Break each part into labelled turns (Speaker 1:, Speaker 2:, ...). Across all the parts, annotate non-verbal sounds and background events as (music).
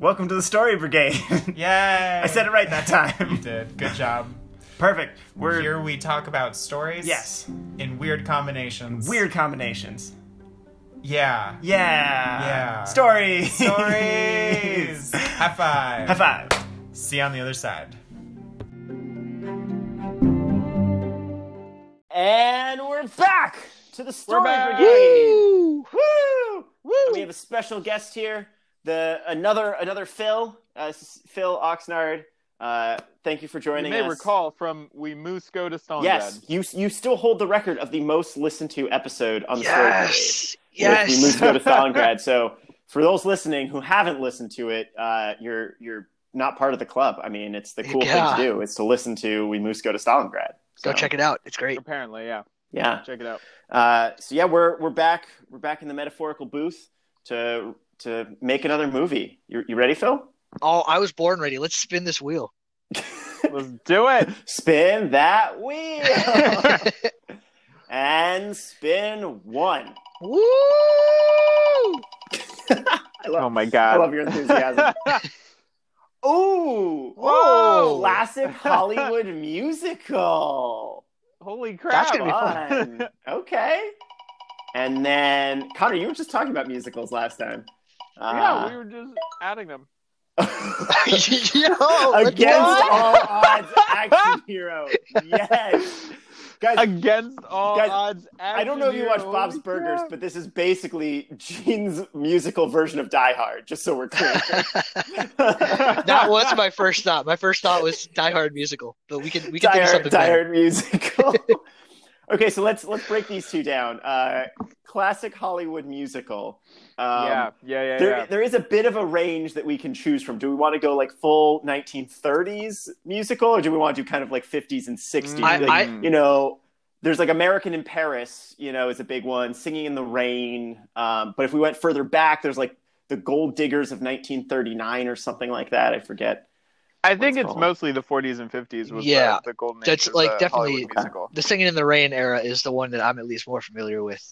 Speaker 1: Welcome to the Story Brigade. (laughs)
Speaker 2: Yay!
Speaker 1: I said it right that
Speaker 2: You
Speaker 1: time.
Speaker 2: did. Good job.
Speaker 1: Perfect. We're
Speaker 2: Here we talk about stories.
Speaker 1: yes,
Speaker 2: In weird combinations.
Speaker 1: weird combinations. (laughs)
Speaker 2: Yeah.
Speaker 1: Yeah.
Speaker 2: Yeah.
Speaker 1: Stories.
Speaker 2: Stories. High five.
Speaker 1: (laughs) High five.
Speaker 2: See you on the other side.
Speaker 3: And we're back to the Story
Speaker 2: back.
Speaker 3: Brigade.
Speaker 4: Woo!
Speaker 3: Woo!
Speaker 4: Woo!
Speaker 3: We have a special guest here. The another another Phil, uh, this is Phil Oxnard. Uh, thank you for
Speaker 4: You
Speaker 3: joining
Speaker 4: may
Speaker 3: us.
Speaker 4: recall from We Moose Go to Stalingrad.
Speaker 3: Yes, you you still hold the record of the most listened to episode on the
Speaker 4: Yes!
Speaker 3: Story Brigade. We moved to go to Stalingrad. so for those listening who haven't listened to it, uh, you're you're not part of the club. I mean, it's the cool
Speaker 5: Yeah.
Speaker 3: thing to do is to listen to We Moose Go to Stalingrad. So,
Speaker 5: Go check it out. It's great.
Speaker 4: Apparently, yeah.
Speaker 3: Yeah.
Speaker 4: Check it out.
Speaker 3: Uh, so yeah, we're we're back. We're back in the metaphorical booth to to make another movie. You you ready, Phil?
Speaker 5: Oh, I was born ready. Let's spin this
Speaker 3: (laughs)
Speaker 5: wheel. (laughs)
Speaker 4: Let's do it.
Speaker 1: (laughs)
Speaker 3: Spin that
Speaker 5: (laughs)
Speaker 3: wheel and spin one.
Speaker 5: Woo!
Speaker 3: I love,
Speaker 4: Oh my
Speaker 3: I love
Speaker 4: god.
Speaker 3: your enthusiasm. Ooh!
Speaker 4: Whoa.
Speaker 3: Classic Hollywood musical.
Speaker 4: Holy crap.
Speaker 5: That's gonna be
Speaker 3: Fun. okay. And then Connor, you were just talking about musicals last time.
Speaker 4: yeah, we were just
Speaker 3: (laughs)
Speaker 4: adding them.
Speaker 3: Uh,
Speaker 5: (laughs)
Speaker 3: (laughs)
Speaker 5: Yo, let's
Speaker 3: Against
Speaker 5: go.
Speaker 3: (laughs) all odds, action hero. Yes, guys.
Speaker 4: Against all
Speaker 3: Guys,
Speaker 4: odds.
Speaker 3: I don't know if you watch Bob's Burgers, but this is basically Gene's musical version of Die Hard. Just so we're (laughs) clear.
Speaker 5: That was my first thought. My first thought was Die Hard musical, but we can we can
Speaker 3: Die
Speaker 5: think
Speaker 3: Hard,
Speaker 5: of something
Speaker 3: Die
Speaker 5: better.
Speaker 3: Hard
Speaker 5: (laughs)
Speaker 3: musical. (laughs) okay, so let's let's break these two down. Uh, classic Hollywood musical. Um,
Speaker 4: yeah, yeah, yeah,
Speaker 3: There,
Speaker 4: yeah.
Speaker 3: there is a bit of a range that we can choose from. Do we want to go like full 1930s musical, or do we want to do kind of like 50s and 60s?
Speaker 5: I-
Speaker 3: Like,
Speaker 5: I-
Speaker 3: you know, there's like American in Paris, you know, is a big one. Singing in the Rain. Um, but if we went further back, there's like the Gold Diggers of 1939 or something like that. I forget.
Speaker 4: I
Speaker 3: what's
Speaker 4: think it's
Speaker 3: called?
Speaker 4: mostly the 40s and 50s was
Speaker 5: Yeah.
Speaker 4: the, the golden age
Speaker 5: That's,
Speaker 4: of
Speaker 5: like,
Speaker 4: the
Speaker 5: definitely-
Speaker 4: Hollywood musical.
Speaker 5: The Singing in the Rain era is the one that I'm at least more familiar with.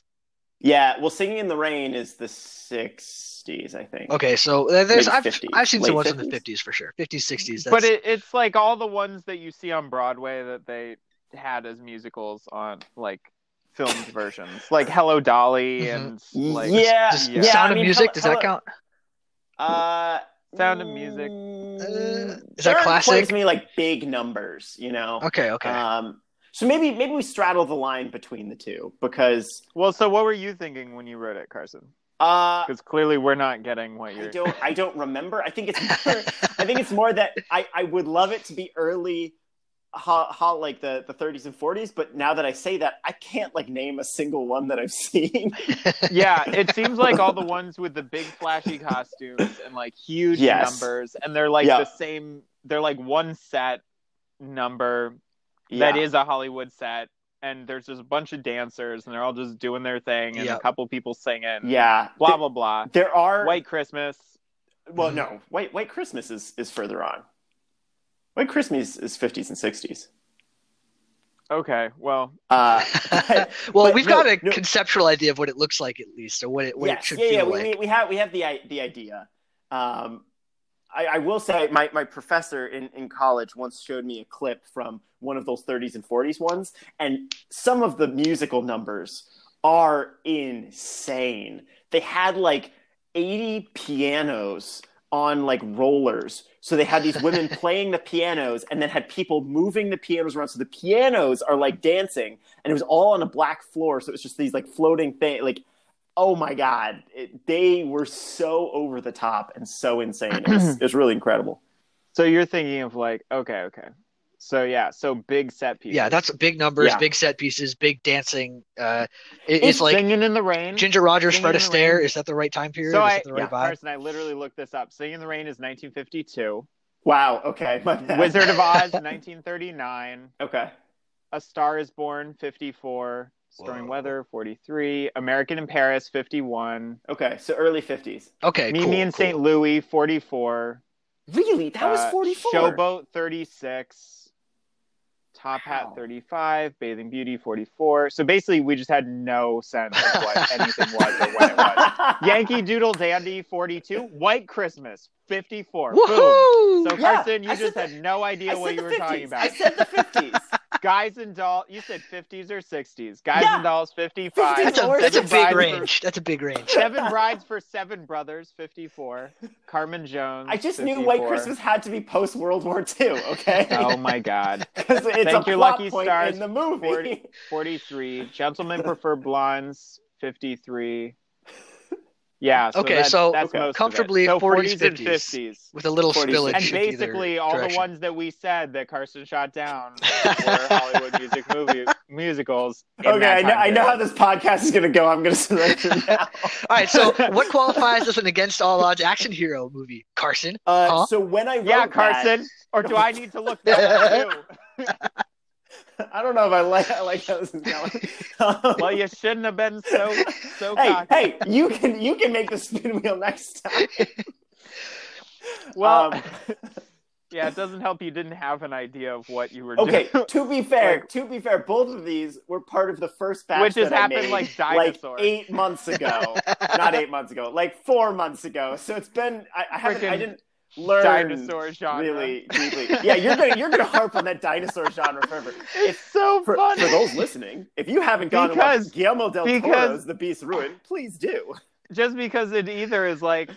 Speaker 3: Yeah, well, Singing in the Rain is the 60s, I think.
Speaker 5: Okay, so uh, there's
Speaker 3: Maybe
Speaker 5: I've
Speaker 3: 50s,
Speaker 5: I've seen
Speaker 3: late
Speaker 5: some ones in the
Speaker 3: 50s.
Speaker 5: 50s for sure, 50s, 60s. That's,
Speaker 4: But it, it's like all the ones that you see on Broadway that they had as musicals on like filmed versions, like Hello Dolly and
Speaker 5: Mm-hmm.
Speaker 4: like
Speaker 3: yeah,
Speaker 5: does
Speaker 3: yeah,
Speaker 5: Sound
Speaker 3: I mean,
Speaker 5: of Music
Speaker 3: hello-
Speaker 5: does
Speaker 3: hello-
Speaker 5: that count?
Speaker 3: Uh,
Speaker 4: Sound of Music.
Speaker 3: mm,
Speaker 5: Uh, is that
Speaker 3: there aren't
Speaker 5: classic?
Speaker 3: quite as many like big numbers, you know.
Speaker 5: Okay, okay. (laughs)
Speaker 3: Um, so maybe maybe we straddle the line between the two because
Speaker 4: Well, so what were you thinking when you wrote it, Carson?
Speaker 3: uh,
Speaker 4: Because clearly we're not getting what
Speaker 3: I
Speaker 4: you're.
Speaker 3: don't I don't remember. I think it's
Speaker 5: (laughs)
Speaker 3: more, I think it's more that I I would love it to be early. Ho, ho, like the, the 30s and 40s, but now that I say that, I can't like name a single one that I've (laughs) seen.
Speaker 4: (laughs) yeah, it seems like all the ones with the big flashy costumes and like huge
Speaker 3: Yes.
Speaker 4: numbers, and they're like
Speaker 3: Yeah.
Speaker 4: the same. They're like one set number that
Speaker 3: Yeah.
Speaker 4: is a Hollywood set, and there's just a bunch of dancers, and they're all just doing their thing, and
Speaker 5: Yeah.
Speaker 4: a couple people singing.
Speaker 3: yeah,
Speaker 4: Blah
Speaker 3: There-
Speaker 4: blah blah.
Speaker 3: There are
Speaker 4: White Christmas.
Speaker 3: Well, no, White White Christmas is is further on. White Christmas is 50s and 60s.
Speaker 4: Okay, well, (laughs)
Speaker 3: Uh,
Speaker 5: well,
Speaker 3: but
Speaker 5: we've
Speaker 3: no,
Speaker 5: got a
Speaker 3: no.
Speaker 5: conceptual idea of what it looks like at least, or what it what it
Speaker 3: yes,
Speaker 5: should
Speaker 3: yeah, yeah.
Speaker 5: feel
Speaker 3: We,
Speaker 5: like.
Speaker 3: we, we have we have the i- the idea. Um, I, I will say my, my professor in, in college once showed me a clip from one of those 30s and 40s ones, and some of the musical numbers are insane. They had like 80 pianos on like rollers. So they had these
Speaker 5: (laughs)
Speaker 3: women playing the pianos and then had people moving the pianos around. So the pianos are like dancing and it was all on a black floor. So it was just these like floating thing. Like, oh my God. It, they were so over the top and so insane. It was, it was really incredible.
Speaker 4: so you're thinking of like, okay, okay. So yeah, so big set piece.
Speaker 5: yeah, that's big numbers,
Speaker 3: Yeah.
Speaker 5: big set pieces, big dancing. Uh, it-
Speaker 3: It's
Speaker 5: it's like
Speaker 4: singing in the rain.
Speaker 5: Ginger Rogers,
Speaker 4: Singing
Speaker 5: Fred
Speaker 4: in the Rain.
Speaker 5: Astaire. Is that the right time period? is
Speaker 4: So I,
Speaker 5: that the right vibe?
Speaker 4: Carson, I literally looked this up. Singing in the Rain is 1952.
Speaker 3: Wow. Okay. My bad.
Speaker 4: Wizard
Speaker 5: (laughs)
Speaker 4: of Oz, 1939.
Speaker 3: Okay.
Speaker 4: A Star is Born, 54. Stormy
Speaker 5: Whoa.
Speaker 4: Weather, 43. American in Paris, 51.
Speaker 3: Okay. So early 50s.
Speaker 5: Okay,
Speaker 4: Me,
Speaker 5: cool,
Speaker 4: me and
Speaker 5: cool.
Speaker 4: St. Louis, 44.
Speaker 3: Really? That was
Speaker 4: (laughs) Uh,
Speaker 3: 44.
Speaker 4: Showboat, 36. Top Hat
Speaker 6: Wow.
Speaker 4: 35, Bathing Beauty 44. So basically, we just had no sense of
Speaker 6: (laughs)
Speaker 4: what anything was or when it was. Yankee Doodle Dandy 42, White Christmas 54. Boom.
Speaker 5: Woohoo!
Speaker 4: So
Speaker 6: Yeah,
Speaker 4: Carson, you
Speaker 6: I said
Speaker 4: just had no idea
Speaker 6: I
Speaker 4: what
Speaker 6: said
Speaker 4: you
Speaker 6: the
Speaker 4: were talking
Speaker 6: 50s.
Speaker 4: about.
Speaker 6: I said the fifties.
Speaker 4: Guys and dolls, you said 50s or 60s. Guys
Speaker 6: Yeah.
Speaker 4: and dolls 55.
Speaker 5: that's a,
Speaker 6: Lord,
Speaker 5: that's a
Speaker 4: it's a
Speaker 5: big
Speaker 4: bribe.
Speaker 5: range. That's a big range.
Speaker 4: Seven Brides for Seven Brothers 54. Carmen Jones.
Speaker 6: (laughs) I just knew
Speaker 4: 54.
Speaker 6: White Christmas had to be post World War II. Okay,
Speaker 4: Oh my God.
Speaker 6: (laughs) 'Cause it's a
Speaker 4: Thank your
Speaker 6: plot
Speaker 4: lucky
Speaker 6: point
Speaker 4: stars
Speaker 6: in the movie.
Speaker 4: for it. 43. Gentlemen prefer blondes 53. Yeah. So
Speaker 5: Okay,
Speaker 4: that's,
Speaker 5: so
Speaker 4: that's most of it.
Speaker 5: comfortably
Speaker 4: so
Speaker 5: 40s,
Speaker 4: 40s and
Speaker 5: 50s.
Speaker 4: 50s.
Speaker 5: With a little
Speaker 6: 46.
Speaker 5: spillage.
Speaker 4: and
Speaker 5: in either
Speaker 4: basically all the
Speaker 5: direction.
Speaker 4: ones that we said that Carson
Speaker 5: (laughs)
Speaker 4: shot down were Hollywood music movie musicals. in
Speaker 6: (laughs) okay,
Speaker 4: that
Speaker 6: I know,
Speaker 4: time
Speaker 6: I know how
Speaker 4: period.
Speaker 6: this podcast is going to go. I'm going to select it now.
Speaker 5: All right,
Speaker 4: (laughs)
Speaker 5: so what qualifies as an against all odds action hero movie? Carson.
Speaker 6: Uh,
Speaker 5: Huh?
Speaker 6: So when I wrote
Speaker 4: Yeah,
Speaker 6: that-
Speaker 4: Carson. Or do I need to look that up
Speaker 6: (laughs)
Speaker 4: too?
Speaker 6: I don't know if I like I like how this is going. Um,
Speaker 4: (laughs) Well, you shouldn't have been so so
Speaker 6: hey,
Speaker 4: cocky.
Speaker 6: hey, you can you can make the spin wheel next time.
Speaker 4: Well,
Speaker 6: Um,
Speaker 4: yeah, it doesn't help you didn't have an idea of what you were
Speaker 6: okay.
Speaker 4: doing. (laughs)
Speaker 6: To be fair,
Speaker 4: Like-
Speaker 6: to be fair, both of these were part of the first batch,
Speaker 4: Which has
Speaker 6: that I
Speaker 4: happened
Speaker 6: made,
Speaker 4: like dinosaur.
Speaker 6: eight months ago. Not eight months ago, like four months ago. So it's been I, I haven't I
Speaker 4: Frickin'
Speaker 6: didn't learn
Speaker 4: Dinosaur genre.
Speaker 6: really deeply. Yeah, you're gonna you're gonna harp on that dinosaur genre forever.
Speaker 4: It's so
Speaker 6: For, for
Speaker 4: funny.
Speaker 6: those listening, if you haven't gone and
Speaker 4: Because-
Speaker 6: watched Guillermo del
Speaker 4: because-
Speaker 6: Toro's The Beast Ruined, please do.
Speaker 4: just because it either is
Speaker 6: (laughs)
Speaker 4: like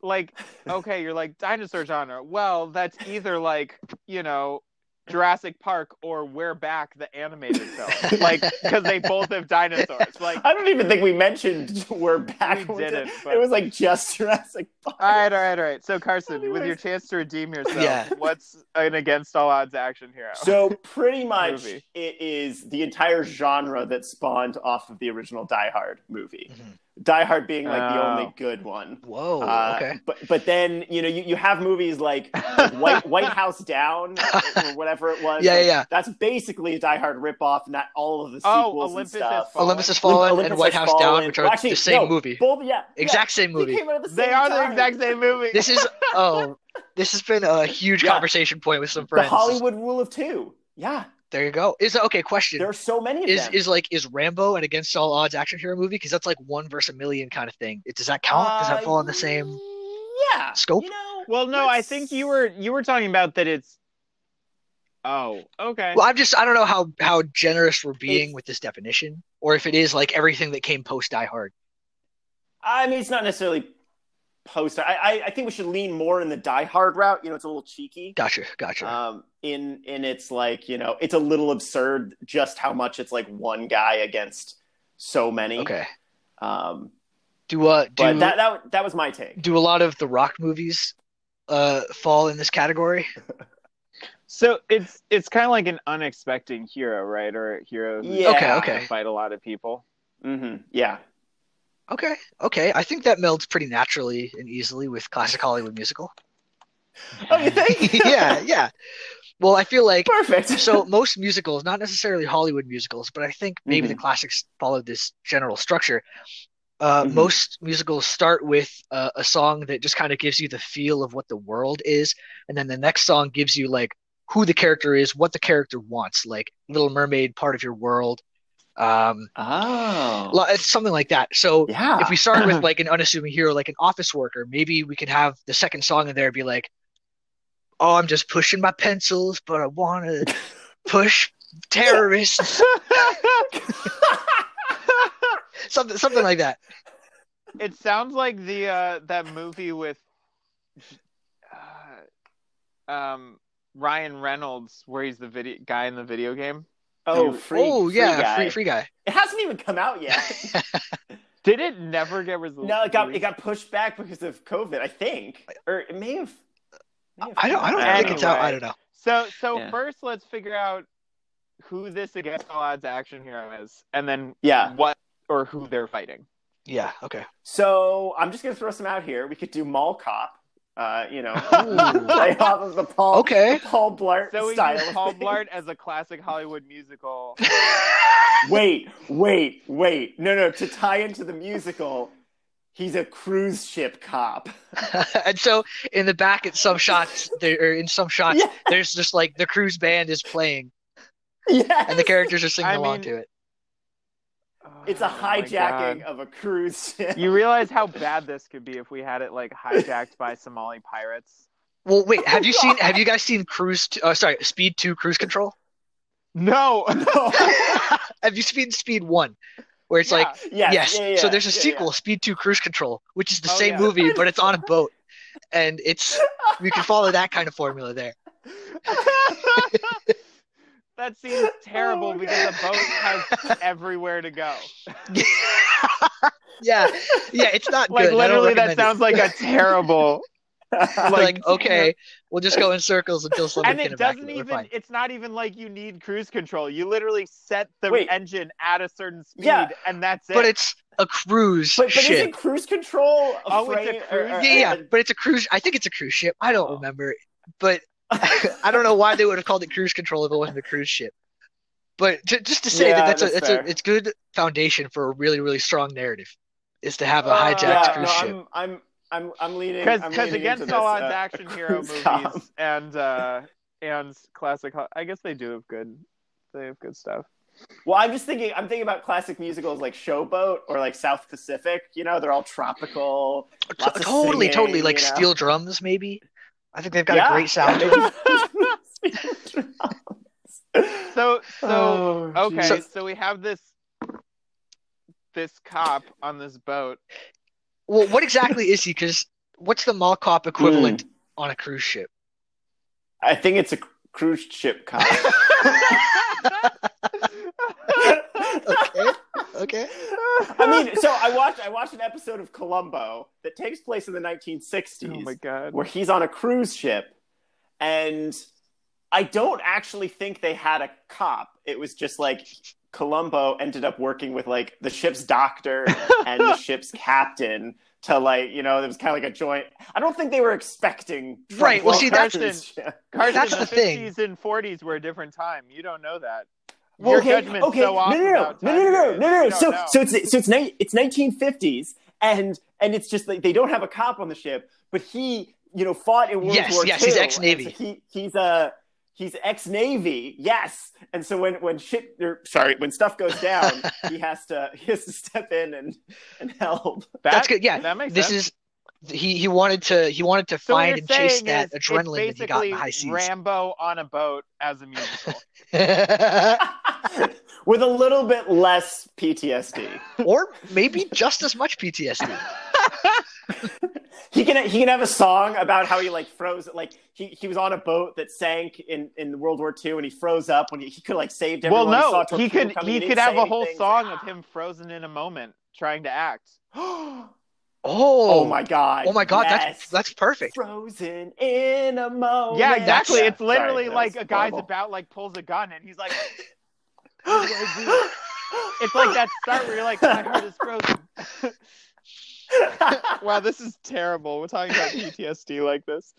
Speaker 4: like okay you're like dinosaur genre well that's either like you know Jurassic Park or We're Back the animated film like because they both have dinosaurs like all
Speaker 6: I don't even think we mentioned we're back.
Speaker 4: We
Speaker 6: with
Speaker 4: didn't,
Speaker 6: it.
Speaker 4: but-
Speaker 6: It was like just Jurassic Park.
Speaker 4: right all right all right so Carson with
Speaker 6: Anyways.
Speaker 4: your chance to redeem yourself
Speaker 5: Yeah.
Speaker 4: what's an against all odds action hero (laughs)
Speaker 6: So pretty much,
Speaker 4: Movie.
Speaker 6: it is the entire genre that spawned off of the original Die Hard movie.
Speaker 5: Mhm.
Speaker 6: Die Hard being like the
Speaker 4: Oh.
Speaker 6: only good one.
Speaker 5: Whoa.
Speaker 6: Uh,
Speaker 5: Oh, okay.
Speaker 6: But but then you know you, you have
Speaker 5: (laughs)
Speaker 6: movies like White White House Down or whatever it was.
Speaker 5: (laughs) Yeah, yeah,
Speaker 6: Like,
Speaker 5: yeah.
Speaker 6: That's basically a Die Hard ripoff, not all of the
Speaker 4: Oh,
Speaker 6: sequels
Speaker 4: Olympus
Speaker 6: and
Speaker 4: Has
Speaker 6: stuff.
Speaker 4: Fallen.
Speaker 5: Olympus Has Fallen
Speaker 6: Olympus
Speaker 5: and White
Speaker 6: Has
Speaker 5: House Down,
Speaker 6: Fallen.
Speaker 5: which are
Speaker 6: Well, actually,
Speaker 5: the same
Speaker 6: no,
Speaker 5: movie.
Speaker 6: Both, yeah, yeah.
Speaker 5: Exact same
Speaker 6: They
Speaker 5: movie.
Speaker 6: came out at the
Speaker 4: they
Speaker 6: same
Speaker 4: are the
Speaker 6: time.
Speaker 4: exact same movie
Speaker 5: This
Speaker 6: (laughs)
Speaker 5: is oh, this has been a huge
Speaker 6: Yeah.
Speaker 5: conversation point with some
Speaker 6: The
Speaker 5: friends.
Speaker 6: Hollywood Rule of Two. Yeah,
Speaker 5: There you go. Is okay. Question
Speaker 6: there are so many of
Speaker 5: is
Speaker 6: them.
Speaker 5: is like is Rambo an against all odds action hero movie? Because that's like one versus a million kind of thing. Does that count? Does that
Speaker 6: Uh,
Speaker 5: fall in the same?
Speaker 6: yeah
Speaker 5: scope?
Speaker 6: You know,
Speaker 4: well no I think you were you were talking about that it's oh okay
Speaker 5: Well, I'm just I don't know how how generous we're being
Speaker 6: It's-
Speaker 5: with this definition, or if it is like everything that came post Die Hard.
Speaker 6: I mean, it's not necessarily post. I, I I think we should lean more in the Die Hard route. You know, it's a little cheeky.
Speaker 5: Gotcha, gotcha.
Speaker 6: Um, in in it's like you know, it's a little absurd just how much it's like one guy against so many.
Speaker 5: okay.
Speaker 6: Um,
Speaker 5: Do uh do
Speaker 6: but that that that was my take.
Speaker 5: do a lot of the Rock movies uh fall in this category?
Speaker 4: So it's it's kind of like an unexpected hero, right? Or a hero who's
Speaker 6: Yeah. Okay,
Speaker 5: okay.
Speaker 4: to fight a lot of
Speaker 6: (laughs)
Speaker 4: people.
Speaker 6: hmm Yeah.
Speaker 5: Okay, okay. I think that melds pretty naturally and easily with classic Hollywood musical.
Speaker 6: Oh, you
Speaker 5: (laughs)
Speaker 6: think?
Speaker 5: yeah, yeah. Well, I feel like
Speaker 6: Perfect.
Speaker 5: so most musicals, not necessarily Hollywood musicals, but I think maybe the classics followed this general structure. Uh,
Speaker 6: Mhm.
Speaker 5: Most musicals start with uh, a song that just kind of gives you the feel of what the world is, and then the next song gives you like who the character is, what the character wants, like Little Mermaid, part of your world, um,
Speaker 6: (laughs) oh.
Speaker 5: lo- it's something like that. So
Speaker 6: yeah.
Speaker 5: if we start
Speaker 6: Uh-huh.
Speaker 5: with like an unassuming hero, like an office worker, maybe we can have the second song in there be like, "Oh, I'm just pushing my pencils, but I want
Speaker 6: (laughs)
Speaker 5: to push terrorists," something something like that.
Speaker 4: It sounds like the uh, that movie with uh, um, Ryan Reynolds, where he's the video guy in the video game.
Speaker 6: oh, free,
Speaker 5: oh yeah,
Speaker 6: guy.
Speaker 5: free free guy.
Speaker 6: It hasn't even come out yet.
Speaker 5: (laughs)
Speaker 4: Did it never get res- released?
Speaker 6: No, it got it got pushed back because of COVID, I think, or it may have. may have
Speaker 5: I don't I don't
Speaker 4: Anyway.
Speaker 5: think it's out. I don't know.
Speaker 4: So so
Speaker 6: Yeah.
Speaker 4: first, let's figure out who this against all odds action hero is, and then
Speaker 6: Yeah.
Speaker 4: what or who they're fighting.
Speaker 5: Yeah. Okay. (laughs)
Speaker 6: So I'm just gonna throw some out here. We could do Mall Cop. Uh, you
Speaker 5: (laughs)
Speaker 6: know, play
Speaker 5: Ooh.
Speaker 6: (laughs) off of the Paul.
Speaker 5: Okay.
Speaker 6: Paul Blart
Speaker 4: So we
Speaker 6: style.
Speaker 4: do
Speaker 6: of
Speaker 4: Paul
Speaker 6: thing.
Speaker 4: Blart as a classic Hollywood musical.
Speaker 6: Wait, wait, wait. No, no. To tie into the musical, he's a cruise ship cop.
Speaker 5: and so in the back, at some shots, there or in some shots,
Speaker 6: Yeah.
Speaker 5: there's just like the cruise band is playing.
Speaker 6: Yes.
Speaker 5: and the characters are
Speaker 6: (laughs)
Speaker 5: singing
Speaker 4: I
Speaker 5: along
Speaker 4: mean-
Speaker 5: to it.
Speaker 6: It's a
Speaker 4: Oh my
Speaker 6: hijacking
Speaker 4: God.
Speaker 6: of a cruise ship.
Speaker 4: You realize how bad this could be if we had it like hijacked by Somali pirates?
Speaker 5: Well, wait, have you
Speaker 6: (laughs) Oh God.
Speaker 5: seen? Have you guys seen Cruise? T- uh, sorry, Speed Two Cruise Control.
Speaker 4: (laughs) No.
Speaker 5: (laughs) have you seen Speed One, where it's like
Speaker 6: yes.
Speaker 5: (laughs) yes.
Speaker 6: yeah, yeah,
Speaker 5: so there's a
Speaker 6: yeah,
Speaker 5: sequel, Speed Two Cruise Control, which is the
Speaker 4: Oh,
Speaker 5: same
Speaker 4: yeah.
Speaker 5: movie but it's
Speaker 4: (laughs)
Speaker 5: on a boat, and it's we can follow that kind of formula there.
Speaker 4: (laughs)
Speaker 5: (laughs)
Speaker 4: that seems terrible
Speaker 6: Oh my
Speaker 4: because a boat has everywhere to go.
Speaker 5: yeah, yeah, it's not
Speaker 4: Like
Speaker 5: good. I don't
Speaker 4: literally, that
Speaker 5: recommend it.
Speaker 4: sounds like a terrible.
Speaker 6: yeah.
Speaker 5: It's
Speaker 4: like-
Speaker 5: (laughs) like, okay, we'll just go in circles until someone
Speaker 4: and
Speaker 5: can
Speaker 4: it
Speaker 5: evacuate.
Speaker 4: doesn't
Speaker 5: We're
Speaker 4: even.
Speaker 5: fine.
Speaker 4: It's not even like you need cruise control. You literally set the
Speaker 6: Wait.
Speaker 4: engine at a certain speed,
Speaker 6: Yeah.
Speaker 4: and that's it.
Speaker 5: But it's a cruise
Speaker 6: But, but
Speaker 5: ship.
Speaker 6: isn't cruise control a
Speaker 4: Oh, it's a
Speaker 6: frame? or-
Speaker 4: cruise-
Speaker 6: or-
Speaker 5: yeah, yeah, but it's a cruise. I think it's a cruise ship. I don't
Speaker 4: Oh.
Speaker 5: remember, but (laughs) (laughs) I don't know why they would have called it cruise control if it wasn't a cruise ship. But to, just to say
Speaker 6: Yeah,
Speaker 5: that that's,
Speaker 6: that's
Speaker 5: a it's
Speaker 6: fair.
Speaker 5: a it's good foundation for a really really strong narrative, is to have a
Speaker 4: Uh,
Speaker 5: hijacked
Speaker 4: Jack's
Speaker 6: yeah,
Speaker 5: cruise
Speaker 6: no,
Speaker 5: ship.
Speaker 6: I'm, I'm, I'm, I'm leaning. I'm
Speaker 4: because
Speaker 6: leaning
Speaker 4: against
Speaker 6: into
Speaker 4: all odds,
Speaker 6: this, uh, (laughs)
Speaker 4: action hero
Speaker 6: cruise
Speaker 4: movies
Speaker 6: com.
Speaker 4: and uh, and classic. ho- I guess they do have good. They have good stuff.
Speaker 6: Well, I'm just thinking. I'm thinking about classic musicals like Showboat or like South Pacific. You know, they're all tropical.
Speaker 5: T-
Speaker 6: lots of
Speaker 5: totally,
Speaker 6: singing,
Speaker 5: totally like
Speaker 6: you know?
Speaker 5: steel drums maybe. I think they've got
Speaker 6: Yeah.
Speaker 5: a great
Speaker 4: (laughs)
Speaker 5: sound. to it.
Speaker 4: So so
Speaker 6: Oh,
Speaker 4: okay,
Speaker 6: geez.
Speaker 4: so, we have this this cop on this boat.
Speaker 5: Well, what exactly is he? Because what's the mall cop equivalent
Speaker 6: Hmm.
Speaker 5: on a cruise
Speaker 6: (laughs)
Speaker 5: ship?
Speaker 6: (laughs) I think it's a cr- cruise ship cop.
Speaker 4: (laughs)
Speaker 5: Okay, okay.
Speaker 6: I mean, so I watched I watched an episode of Columbo that takes place in the 1960s,
Speaker 4: oh my god.
Speaker 6: where he's on a cruise ship, and I don't actually think they had a cop. It was just like Columbo ended up working with like the
Speaker 5: (laughs)
Speaker 6: ship's doctor and the ship's captain to like you know it was kind of like a joint. I don't think they were expecting from
Speaker 5: Right, well,
Speaker 6: one
Speaker 5: see, that's-
Speaker 6: cruise ship.
Speaker 4: Carson,
Speaker 5: That's the thing.
Speaker 4: 50s and 40s were a different time. You don't know that.
Speaker 6: Well,
Speaker 4: Your
Speaker 6: okay,
Speaker 4: judgment's
Speaker 6: okay.
Speaker 4: so off
Speaker 6: no, no, no,
Speaker 4: about
Speaker 6: no,
Speaker 4: time
Speaker 6: no, no, no,
Speaker 4: periods.
Speaker 6: no,
Speaker 4: You
Speaker 6: no.
Speaker 4: don't
Speaker 6: So,
Speaker 4: know.
Speaker 6: so it's so it's ni- it's 1950s, and and it's just like they don't have a cop on the ship, but he, you know, fought in World
Speaker 5: Yes,
Speaker 6: War
Speaker 5: yes,
Speaker 6: II,
Speaker 5: he's
Speaker 6: and
Speaker 5: ex-Navy.
Speaker 6: so he he's a he's ex Navy, yes. And so when when shit, or, sorry, when stuff
Speaker 5: (laughs)
Speaker 6: goes down, he has to he has to step in and and help. (laughs)
Speaker 4: That-
Speaker 5: That's good. Yeah,
Speaker 4: That makes
Speaker 5: this
Speaker 4: sense.
Speaker 5: is he. He wanted to. He wanted to
Speaker 4: so what
Speaker 5: find
Speaker 4: you're
Speaker 5: and chase
Speaker 4: saying
Speaker 5: that
Speaker 4: is it's
Speaker 5: adrenaline that he got in the high
Speaker 4: basically
Speaker 5: seas.
Speaker 4: Rambo on a boat as a musical.
Speaker 5: (laughs)
Speaker 4: (laughs)
Speaker 6: With a little bit less PTSD,
Speaker 5: or maybe just as much
Speaker 4: (laughs)
Speaker 5: PTSD.
Speaker 6: he can he can have a song about how he like froze like he, he was on a boat that sank in in World War II and he froze up when he, he could like saved
Speaker 4: well,
Speaker 6: everyone.
Speaker 4: no,
Speaker 6: saw
Speaker 4: he
Speaker 6: torpedo
Speaker 4: could
Speaker 6: coming,
Speaker 4: he
Speaker 6: didn't
Speaker 4: could have
Speaker 6: say
Speaker 4: a whole
Speaker 6: anything.
Speaker 4: song of him frozen in a moment trying to act. (gasps)
Speaker 6: oh,
Speaker 5: Oh,
Speaker 6: my god!
Speaker 5: Oh my god,
Speaker 6: yes.
Speaker 5: that's that's
Speaker 4: (gasps)
Speaker 5: perfect.
Speaker 6: frozen in a moment.
Speaker 4: yeah, exactly.
Speaker 6: Yeah,
Speaker 4: It's literally
Speaker 6: sorry, that
Speaker 4: like
Speaker 6: was
Speaker 4: a guy's
Speaker 6: horrible.
Speaker 4: about like pulls a gun and he's like, "What do I do?" it's like that start where you're like, "My heart is frozen." wow, this is terrible. We're talking (laughs) about PTSD like this.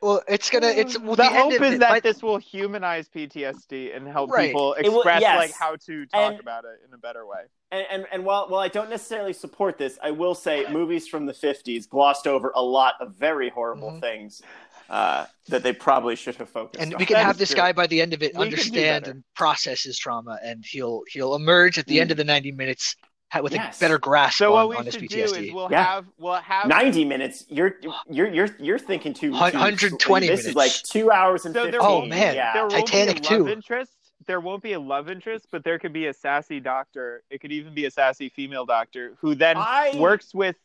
Speaker 5: Well, it's gonna. It's well,
Speaker 4: the,
Speaker 5: the, end
Speaker 4: hope
Speaker 5: of
Speaker 4: is
Speaker 5: it,
Speaker 4: that
Speaker 5: but-
Speaker 4: this will humanize PTSD and help
Speaker 5: Right.
Speaker 4: people
Speaker 6: It will-
Speaker 4: express
Speaker 6: yes.
Speaker 4: like how to talk
Speaker 6: And-
Speaker 4: about it in a better way.
Speaker 6: And, and, and while, while I don't necessarily support this, I will say movies from the 50s glossed over a lot of very horrible
Speaker 5: Mhm.
Speaker 6: things uh, that they probably should have focused
Speaker 5: and
Speaker 6: on.
Speaker 5: we can
Speaker 4: That
Speaker 5: have
Speaker 4: is
Speaker 5: this
Speaker 4: true.
Speaker 5: guy by the end of it
Speaker 4: We can do
Speaker 5: understand
Speaker 4: better.
Speaker 5: and process his trauma, and he'll he'll emerge at the end of the ninety minutes ha- with
Speaker 6: Yes.
Speaker 5: a better grasp
Speaker 4: So
Speaker 5: on,
Speaker 4: what
Speaker 5: on
Speaker 4: we
Speaker 5: his
Speaker 4: should
Speaker 5: PTSD.
Speaker 4: do is we'll
Speaker 6: Yeah.
Speaker 4: have we'll have
Speaker 6: 90 minutes, you're, you're, you're, you're thinking too. too-
Speaker 5: Hun- 120
Speaker 6: This
Speaker 5: minutes.
Speaker 6: is like two hours and
Speaker 4: So
Speaker 6: 15.
Speaker 4: there
Speaker 5: Oh, man.
Speaker 4: there
Speaker 6: Yeah.
Speaker 4: won't
Speaker 5: Titanic
Speaker 4: be a love
Speaker 5: too.
Speaker 4: interest. There won't be a love interest, but there could be a sassy doctor. It could even be a sassy female doctor who then
Speaker 6: I,
Speaker 4: works with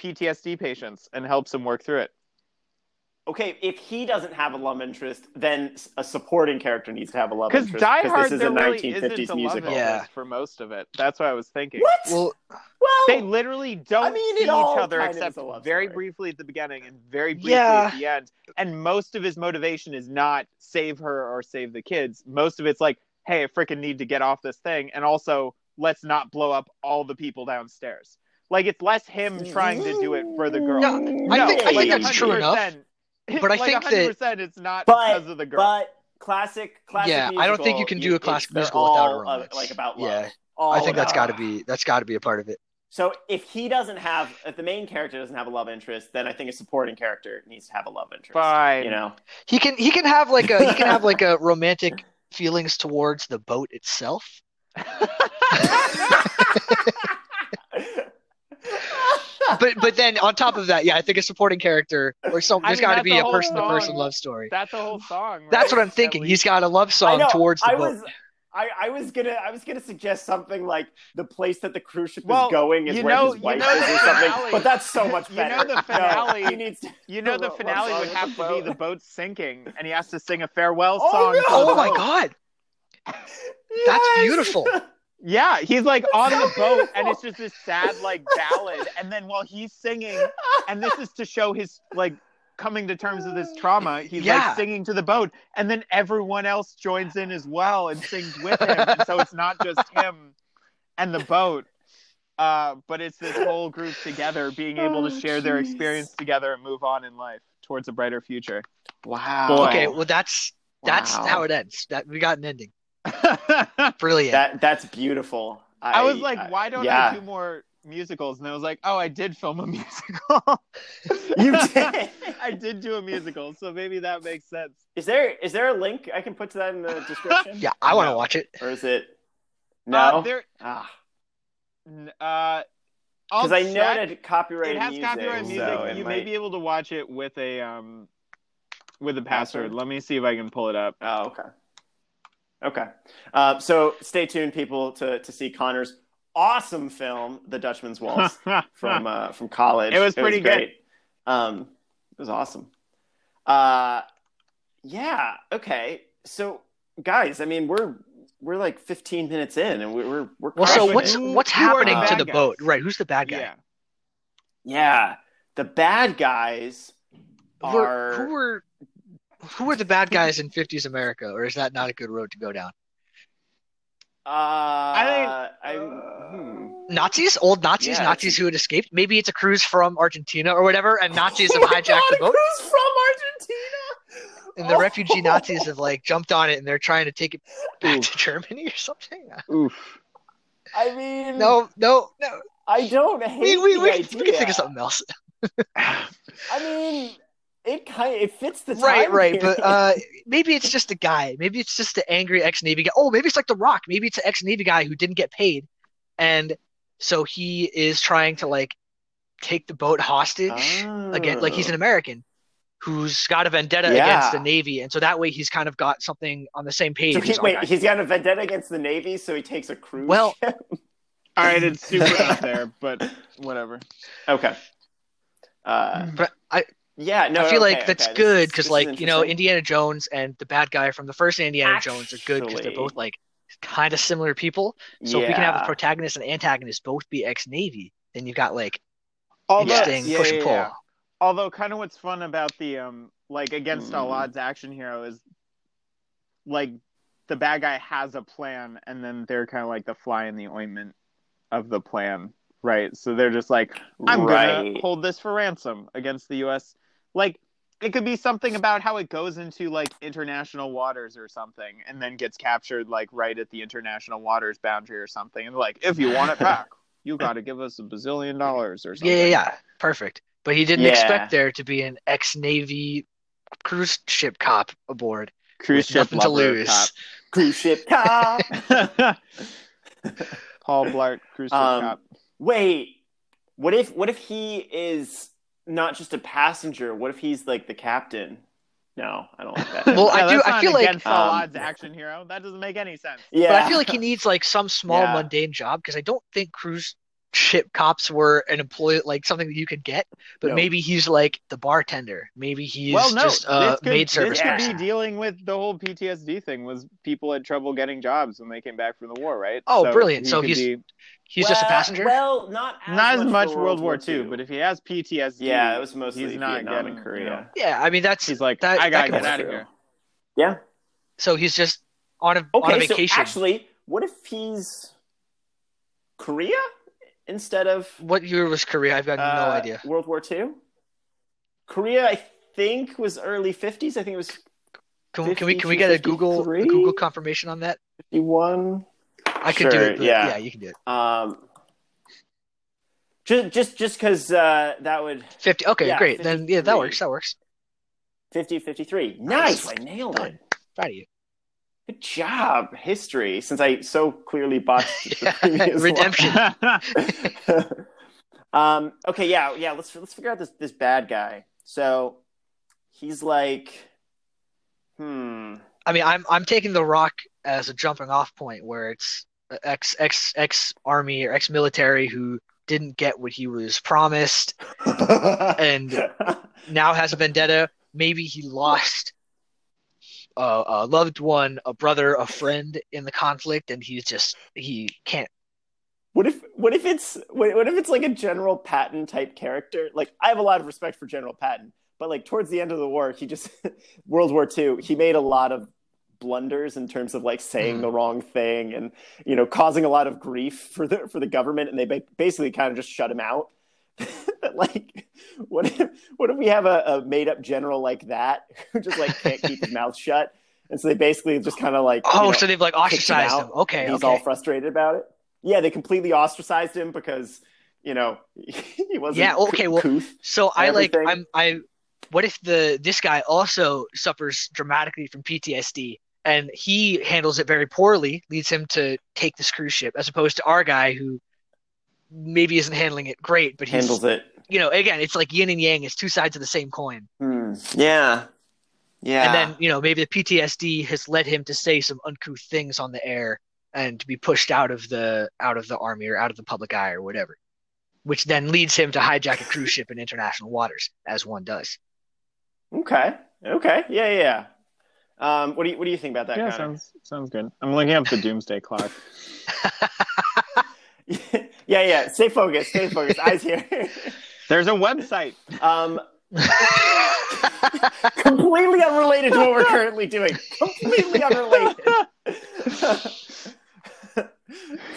Speaker 4: PTSD patients and helps them work through it.
Speaker 6: okay, if he doesn't have a love interest, then a supporting character needs to have a love
Speaker 4: Because
Speaker 6: interest.
Speaker 4: Die Hard,
Speaker 6: this is
Speaker 4: there
Speaker 6: a
Speaker 4: really isn't
Speaker 6: 1950s
Speaker 4: a love
Speaker 6: musical.
Speaker 4: interest
Speaker 5: Yeah.
Speaker 4: for most of it. That's what I was thinking.
Speaker 6: What?
Speaker 5: Well,
Speaker 6: well,
Speaker 4: They literally don't
Speaker 6: I mean, it
Speaker 4: see each
Speaker 6: all
Speaker 4: other
Speaker 6: kind of
Speaker 4: except
Speaker 6: is a love
Speaker 4: very
Speaker 6: story.
Speaker 4: briefly at the beginning and very briefly
Speaker 5: Yeah.
Speaker 4: at the end. And most of his motivation is not save her or save the kids. Most of it's like, hey, I freaking need to get off this thing. And also, let's not blow up all the people downstairs. Like, it's less him
Speaker 6: Mm-hmm.
Speaker 4: trying to do it for the girl.
Speaker 5: No, I
Speaker 4: No,
Speaker 5: think- I
Speaker 4: like
Speaker 5: think that's true enough.
Speaker 4: 100%.
Speaker 5: But I
Speaker 4: (laughs) like
Speaker 5: think that-
Speaker 4: 100% it's not
Speaker 6: But-
Speaker 4: because of the girl.
Speaker 6: But classic, classic.
Speaker 5: yeah, I don't think you
Speaker 6: musical,
Speaker 5: can do a
Speaker 6: it's-
Speaker 5: classic
Speaker 6: they're
Speaker 5: musical without a
Speaker 6: all, uh,
Speaker 5: romance.
Speaker 6: like about love.
Speaker 5: yeah,
Speaker 6: All
Speaker 5: I think that's got
Speaker 6: about
Speaker 5: to
Speaker 6: love.
Speaker 5: be that's got to be a part of it.
Speaker 6: So if he doesn't have, if the main character doesn't have a love interest, then I think a supporting character needs to have a love interest.
Speaker 4: Fine.
Speaker 6: You know,
Speaker 5: He can he can have like a he can have like a romantic feelings towards the boat itself. But but then on top of that, yeah, I think a supporting character or some
Speaker 4: I
Speaker 5: there's
Speaker 4: mean,
Speaker 5: got to
Speaker 4: that's
Speaker 5: be
Speaker 4: a
Speaker 5: a
Speaker 4: whole
Speaker 5: person to person
Speaker 4: song.
Speaker 5: love story.
Speaker 4: That's a whole song. Right?
Speaker 5: That's what I'm
Speaker 4: At
Speaker 5: thinking.
Speaker 4: least.
Speaker 5: He's got a love
Speaker 6: I
Speaker 5: song
Speaker 6: know.
Speaker 5: towards the
Speaker 6: I
Speaker 5: boat.
Speaker 6: was, I, I was gonna, I was gonna suggest something like the place that the cruise ship
Speaker 4: Well,
Speaker 6: is going is
Speaker 4: you
Speaker 6: where
Speaker 4: know-
Speaker 6: his
Speaker 4: you
Speaker 6: wife
Speaker 4: know
Speaker 6: is
Speaker 4: the
Speaker 6: or something.
Speaker 4: finale-
Speaker 6: But that's so much
Speaker 4: you
Speaker 6: better.
Speaker 4: know the
Speaker 6: No,
Speaker 4: finale-
Speaker 6: he needs to-
Speaker 4: You know, the
Speaker 6: What- what
Speaker 4: finale
Speaker 6: song
Speaker 4: would
Speaker 6: is
Speaker 4: have
Speaker 6: the
Speaker 4: to be
Speaker 6: boat?
Speaker 4: the boat sinking, and he has to sing a farewell
Speaker 6: Oh,
Speaker 4: song.
Speaker 6: no!
Speaker 4: to the
Speaker 5: Oh
Speaker 4: (laughs)
Speaker 5: my
Speaker 4: boat.
Speaker 5: god, that's
Speaker 6: Yes!
Speaker 5: beautiful.
Speaker 4: Yeah, he's like on
Speaker 6: so
Speaker 4: the boat, and
Speaker 6: beautiful.
Speaker 4: it's just this sad like ballad. And then while he's singing, and this is to show his like coming to terms with his trauma, he's
Speaker 5: Yeah.
Speaker 4: like singing to the boat, and then everyone else joins in as well and sings with him. and so it's not just him and the boat, uh, but it's this whole group together being able
Speaker 6: Oh,
Speaker 4: to share their
Speaker 6: jeez.
Speaker 4: experience together and move on in life towards a brighter future.
Speaker 6: Wow.
Speaker 5: Okay, well that's that's
Speaker 6: Wow.
Speaker 5: how it ends. That we got an ending.
Speaker 4: (laughs)
Speaker 5: Brilliant.
Speaker 6: That that's beautiful. I,
Speaker 4: I was like, why don't
Speaker 6: yeah.
Speaker 4: I do more musicals? And I was like, oh, I did film a (laughs) musical. (laughs)
Speaker 6: You did.
Speaker 4: I did do a musical, so maybe that makes sense.
Speaker 6: Is there is there a link I can put to that in the description?
Speaker 5: yeah, I want to
Speaker 4: No.
Speaker 5: watch it.
Speaker 6: Or is it no?
Speaker 4: Uh, there,
Speaker 6: Ah.
Speaker 4: n- uh, I'll
Speaker 6: Because I know
Speaker 4: check.
Speaker 6: that copyrighted
Speaker 4: it has
Speaker 6: music,
Speaker 4: copyright music.
Speaker 6: so it
Speaker 4: you may
Speaker 6: might-
Speaker 4: be able to watch it with a um, with a
Speaker 6: Password?
Speaker 4: password. Let me see if I can pull it up.
Speaker 6: Oh, okay. Okay. Uh, so stay tuned, people, to, to see Connor's awesome film, The Dutchman's Waltz, (laughs)
Speaker 4: (laughs)
Speaker 6: from uh, from college.
Speaker 4: It was pretty good.
Speaker 6: good. Um, it was awesome. Uh, yeah. Okay. So, guys, I mean, we're we're like 15 minutes in, and we're we're, we're
Speaker 5: Well,
Speaker 6: crushing
Speaker 5: so
Speaker 6: it.
Speaker 5: what's
Speaker 4: Who-
Speaker 5: what's
Speaker 4: who are the
Speaker 5: happening to
Speaker 4: bad
Speaker 5: the
Speaker 4: guys?
Speaker 5: boat? Right, who's the bad guy?
Speaker 4: yeah.
Speaker 6: yeah the bad guys
Speaker 5: Who
Speaker 6: are
Speaker 5: were who were who were the bad guys in 50s America, or is that not a good road to go down?
Speaker 6: uh,
Speaker 4: I
Speaker 6: I'm, hmm. Uh,
Speaker 5: Nazis, old Nazis,
Speaker 6: Yeah,
Speaker 5: Nazis
Speaker 6: it's-
Speaker 5: who had escaped. Maybe it's a cruise from Argentina or whatever, and Nazis
Speaker 6: (laughs)
Speaker 5: have
Speaker 6: Oh my
Speaker 5: hijacked the
Speaker 6: God,
Speaker 5: boat,
Speaker 6: Who's from Argentina? (laughs)
Speaker 5: and the
Speaker 6: Oh.
Speaker 5: refugee Nazis have like jumped on it, and they're trying to take it back
Speaker 4: Oof.
Speaker 5: to Germany or something.
Speaker 4: Oof.
Speaker 6: I mean,
Speaker 5: No, no, no.
Speaker 6: I don't hate
Speaker 5: We we,
Speaker 6: the
Speaker 5: we,
Speaker 6: idea.
Speaker 5: we can think of something else.
Speaker 6: I mean, it kind of, it fits the time
Speaker 5: Right, right. But
Speaker 6: (laughs) period.
Speaker 5: uh, maybe it's just a guy. Maybe it's just the angry ex Navy guy. Oh, maybe it's like The Rock. Maybe it's an ex Navy guy who didn't get paid, and so he is trying to like take the boat (laughs) hostage uh, again. Like he's an American who's got a vendetta against the
Speaker 6: Oh. Yeah.
Speaker 5: Navy, and so that way he's kind of got something on the same page.
Speaker 6: So
Speaker 5: as
Speaker 6: he,
Speaker 5: our
Speaker 6: wait,
Speaker 5: guy.
Speaker 6: he's got a vendetta against the Navy, so he takes a cruise.
Speaker 5: Well-
Speaker 6: ship? (laughs)
Speaker 4: All right, it's super out there, but whatever.
Speaker 6: okay. Uh,
Speaker 5: but I,
Speaker 6: yeah, no,
Speaker 5: I feel
Speaker 6: okay,
Speaker 5: like that's
Speaker 6: okay, this
Speaker 5: good
Speaker 6: is- this
Speaker 5: because
Speaker 6: is
Speaker 5: like you know
Speaker 6: interesting.
Speaker 5: Indiana Jones and the bad guy from the first Indiana Jones are good because they're
Speaker 6: Actually-
Speaker 5: both like kind of similar people. So if we can have
Speaker 6: Yeah.
Speaker 5: the protagonist and antagonist both be ex Navy, then you've got like
Speaker 4: Although,
Speaker 5: interesting
Speaker 4: yeah,
Speaker 5: push
Speaker 4: yeah,
Speaker 5: and pull.
Speaker 4: yeah. Although, kind of what's fun about the um, like against all
Speaker 5: Mm.
Speaker 4: odds action hero is, like, the bad guy has a plan, and then they're kind of like the fly in the ointment of the plan, right? So they're just like, I'm gonna
Speaker 6: right.
Speaker 4: hold this for ransom against the U.S. Like, it could be something about how it goes into like international waters or something, and then gets captured like right at the international waters boundary or something, and like, if you
Speaker 5: (laughs)
Speaker 4: want it back, you got to give us a bazillion dollars or something.
Speaker 5: Yeah, yeah, yeah. Perfect. But he didn't
Speaker 6: Yeah.
Speaker 5: expect there to be an ex Navy cruise ship cop aboard.
Speaker 4: cruise
Speaker 5: with nothing to
Speaker 4: lover
Speaker 5: lose.
Speaker 4: cop.
Speaker 6: Cruise ship cop.
Speaker 4: Paul Blart, cruise ship
Speaker 6: Um,
Speaker 4: cop.
Speaker 6: Wait, what if what if he is not just a passenger? What if he's like the captain? No, I don't
Speaker 5: (laughs)
Speaker 6: like
Speaker 5: (laughs)
Speaker 6: that.
Speaker 5: Well, I do-
Speaker 4: that's
Speaker 5: I
Speaker 4: not
Speaker 5: feel like-
Speaker 4: against all
Speaker 6: Um,
Speaker 4: odds action hero. That doesn't make any sense.
Speaker 6: yeah,
Speaker 5: But I feel like he needs like some small
Speaker 6: Yeah.
Speaker 5: mundane job because I don't think cruise ship cops were an employee like something that you could get. But
Speaker 6: No.
Speaker 5: maybe he's like the bartender. Maybe he's
Speaker 4: well, no,
Speaker 5: just a
Speaker 4: this could,
Speaker 5: maid service
Speaker 4: this could
Speaker 5: person.
Speaker 4: be dealing with the whole PTSD thing. Was people had trouble getting jobs when they came back from the war, right?
Speaker 5: Oh, brilliant. So
Speaker 4: could
Speaker 5: he's-
Speaker 4: be-
Speaker 5: He's just a
Speaker 6: Well-
Speaker 5: passenger.
Speaker 6: Well, not as
Speaker 4: not as
Speaker 6: much
Speaker 4: much
Speaker 6: for
Speaker 4: World War II, but if he has PTSD,
Speaker 6: yeah, it was mostly
Speaker 4: he's not
Speaker 6: Vietnam
Speaker 4: getting-
Speaker 6: and Korea.
Speaker 5: yeah, I mean that's
Speaker 4: he's like,
Speaker 5: That-
Speaker 4: I
Speaker 5: that
Speaker 4: gotta
Speaker 5: could
Speaker 4: get
Speaker 5: work.
Speaker 4: out of here.
Speaker 6: Yeah.
Speaker 5: so he's just on a on a
Speaker 6: Okay. So
Speaker 5: vacation.
Speaker 6: actually, what if he's Korea instead of
Speaker 5: What year was Korea? I've got no
Speaker 6: uh,
Speaker 5: idea.
Speaker 6: World War II? Korea, I think, was early fifties. I think it was
Speaker 5: Can, can we can we get a Google a
Speaker 6: 53?
Speaker 5: Google confirmation on that?
Speaker 6: fifty one.
Speaker 5: I could do
Speaker 6: Sure,
Speaker 5: it. but-
Speaker 6: yeah.
Speaker 5: yeah, you can do it.
Speaker 6: Um, just just just because uh, that would
Speaker 5: Fifty. Okay,
Speaker 6: Yeah,
Speaker 5: great. Then yeah, that
Speaker 6: 53.
Speaker 5: works. That works.
Speaker 6: 50 53. Nice, I nailed it.
Speaker 5: Done. Proud of you.
Speaker 6: Good job, history, since I so
Speaker 5: (laughs)
Speaker 6: clearly botched the
Speaker 5: Yeah,
Speaker 6: (laughs) previous
Speaker 5: redemption.
Speaker 6: one. (laughs) um, okay, yeah, yeah. Let's let's figure out this this bad guy. So he's like, hmm. (laughs)
Speaker 5: I mean, I'm I'm taking the Rock as a jumping off point where it's uh, ex ex ex army or ex military who didn't get what he was promised
Speaker 6: (laughs)
Speaker 5: and now has a vendetta. Maybe he lost a, a loved one, a brother, a friend in the conflict, and he's just he can't.
Speaker 6: What if what if it's what, what if it's like a General Patton type character? Like I have a lot of respect for General Patton, but like towards the end of the war, he just (laughs) World War II, he made a lot of blunders in terms of like saying
Speaker 5: Mhm.
Speaker 6: the wrong thing and you know causing a lot of grief for the for the government, and they ba- basically kind of just shut him out. (laughs) But, like, what if what if we have a, a made up general like that who just like can't keep his mouth shut, and so they basically just kind of like you
Speaker 5: Oh,
Speaker 6: know,
Speaker 5: so they've like ostracized
Speaker 6: out,
Speaker 5: him. Okay,
Speaker 6: and he's
Speaker 5: okay.
Speaker 6: all frustrated about it. Yeah, they completely ostracized him because you know (laughs) he wasn't.
Speaker 5: Yeah, okay,
Speaker 6: cou-
Speaker 5: well,
Speaker 6: couth.
Speaker 5: So I like
Speaker 6: everything.
Speaker 5: I'm I what if the this guy also suffers dramatically from PTSD and he handles it very poorly, leads him to take this cruise ship as opposed to our guy who maybe isn't handling it great, but he's
Speaker 6: handles it.
Speaker 5: you know, again, it's like yin and yang, it's two sides of the same coin.
Speaker 6: Hmm. Yeah, yeah.
Speaker 5: And then, you know, maybe the PTSD has led him to say some uncouth things on the air and to be pushed out of the out of the army or out of the public eye or whatever. Which then leads him to hijack a cruise ship in international waters, as one does.
Speaker 6: (laughs) okay, okay, yeah, yeah. yeah. Um, what do you what do you think about that?
Speaker 4: yeah,
Speaker 6: Connor?
Speaker 4: sounds sounds good. I'm looking up the doomsday clock.
Speaker 6: (laughs) yeah, yeah. Stay focused. Stay focused. Eyes here.
Speaker 4: There's a website.
Speaker 6: (laughs) um, completely unrelated to what we're currently doing. Completely unrelated.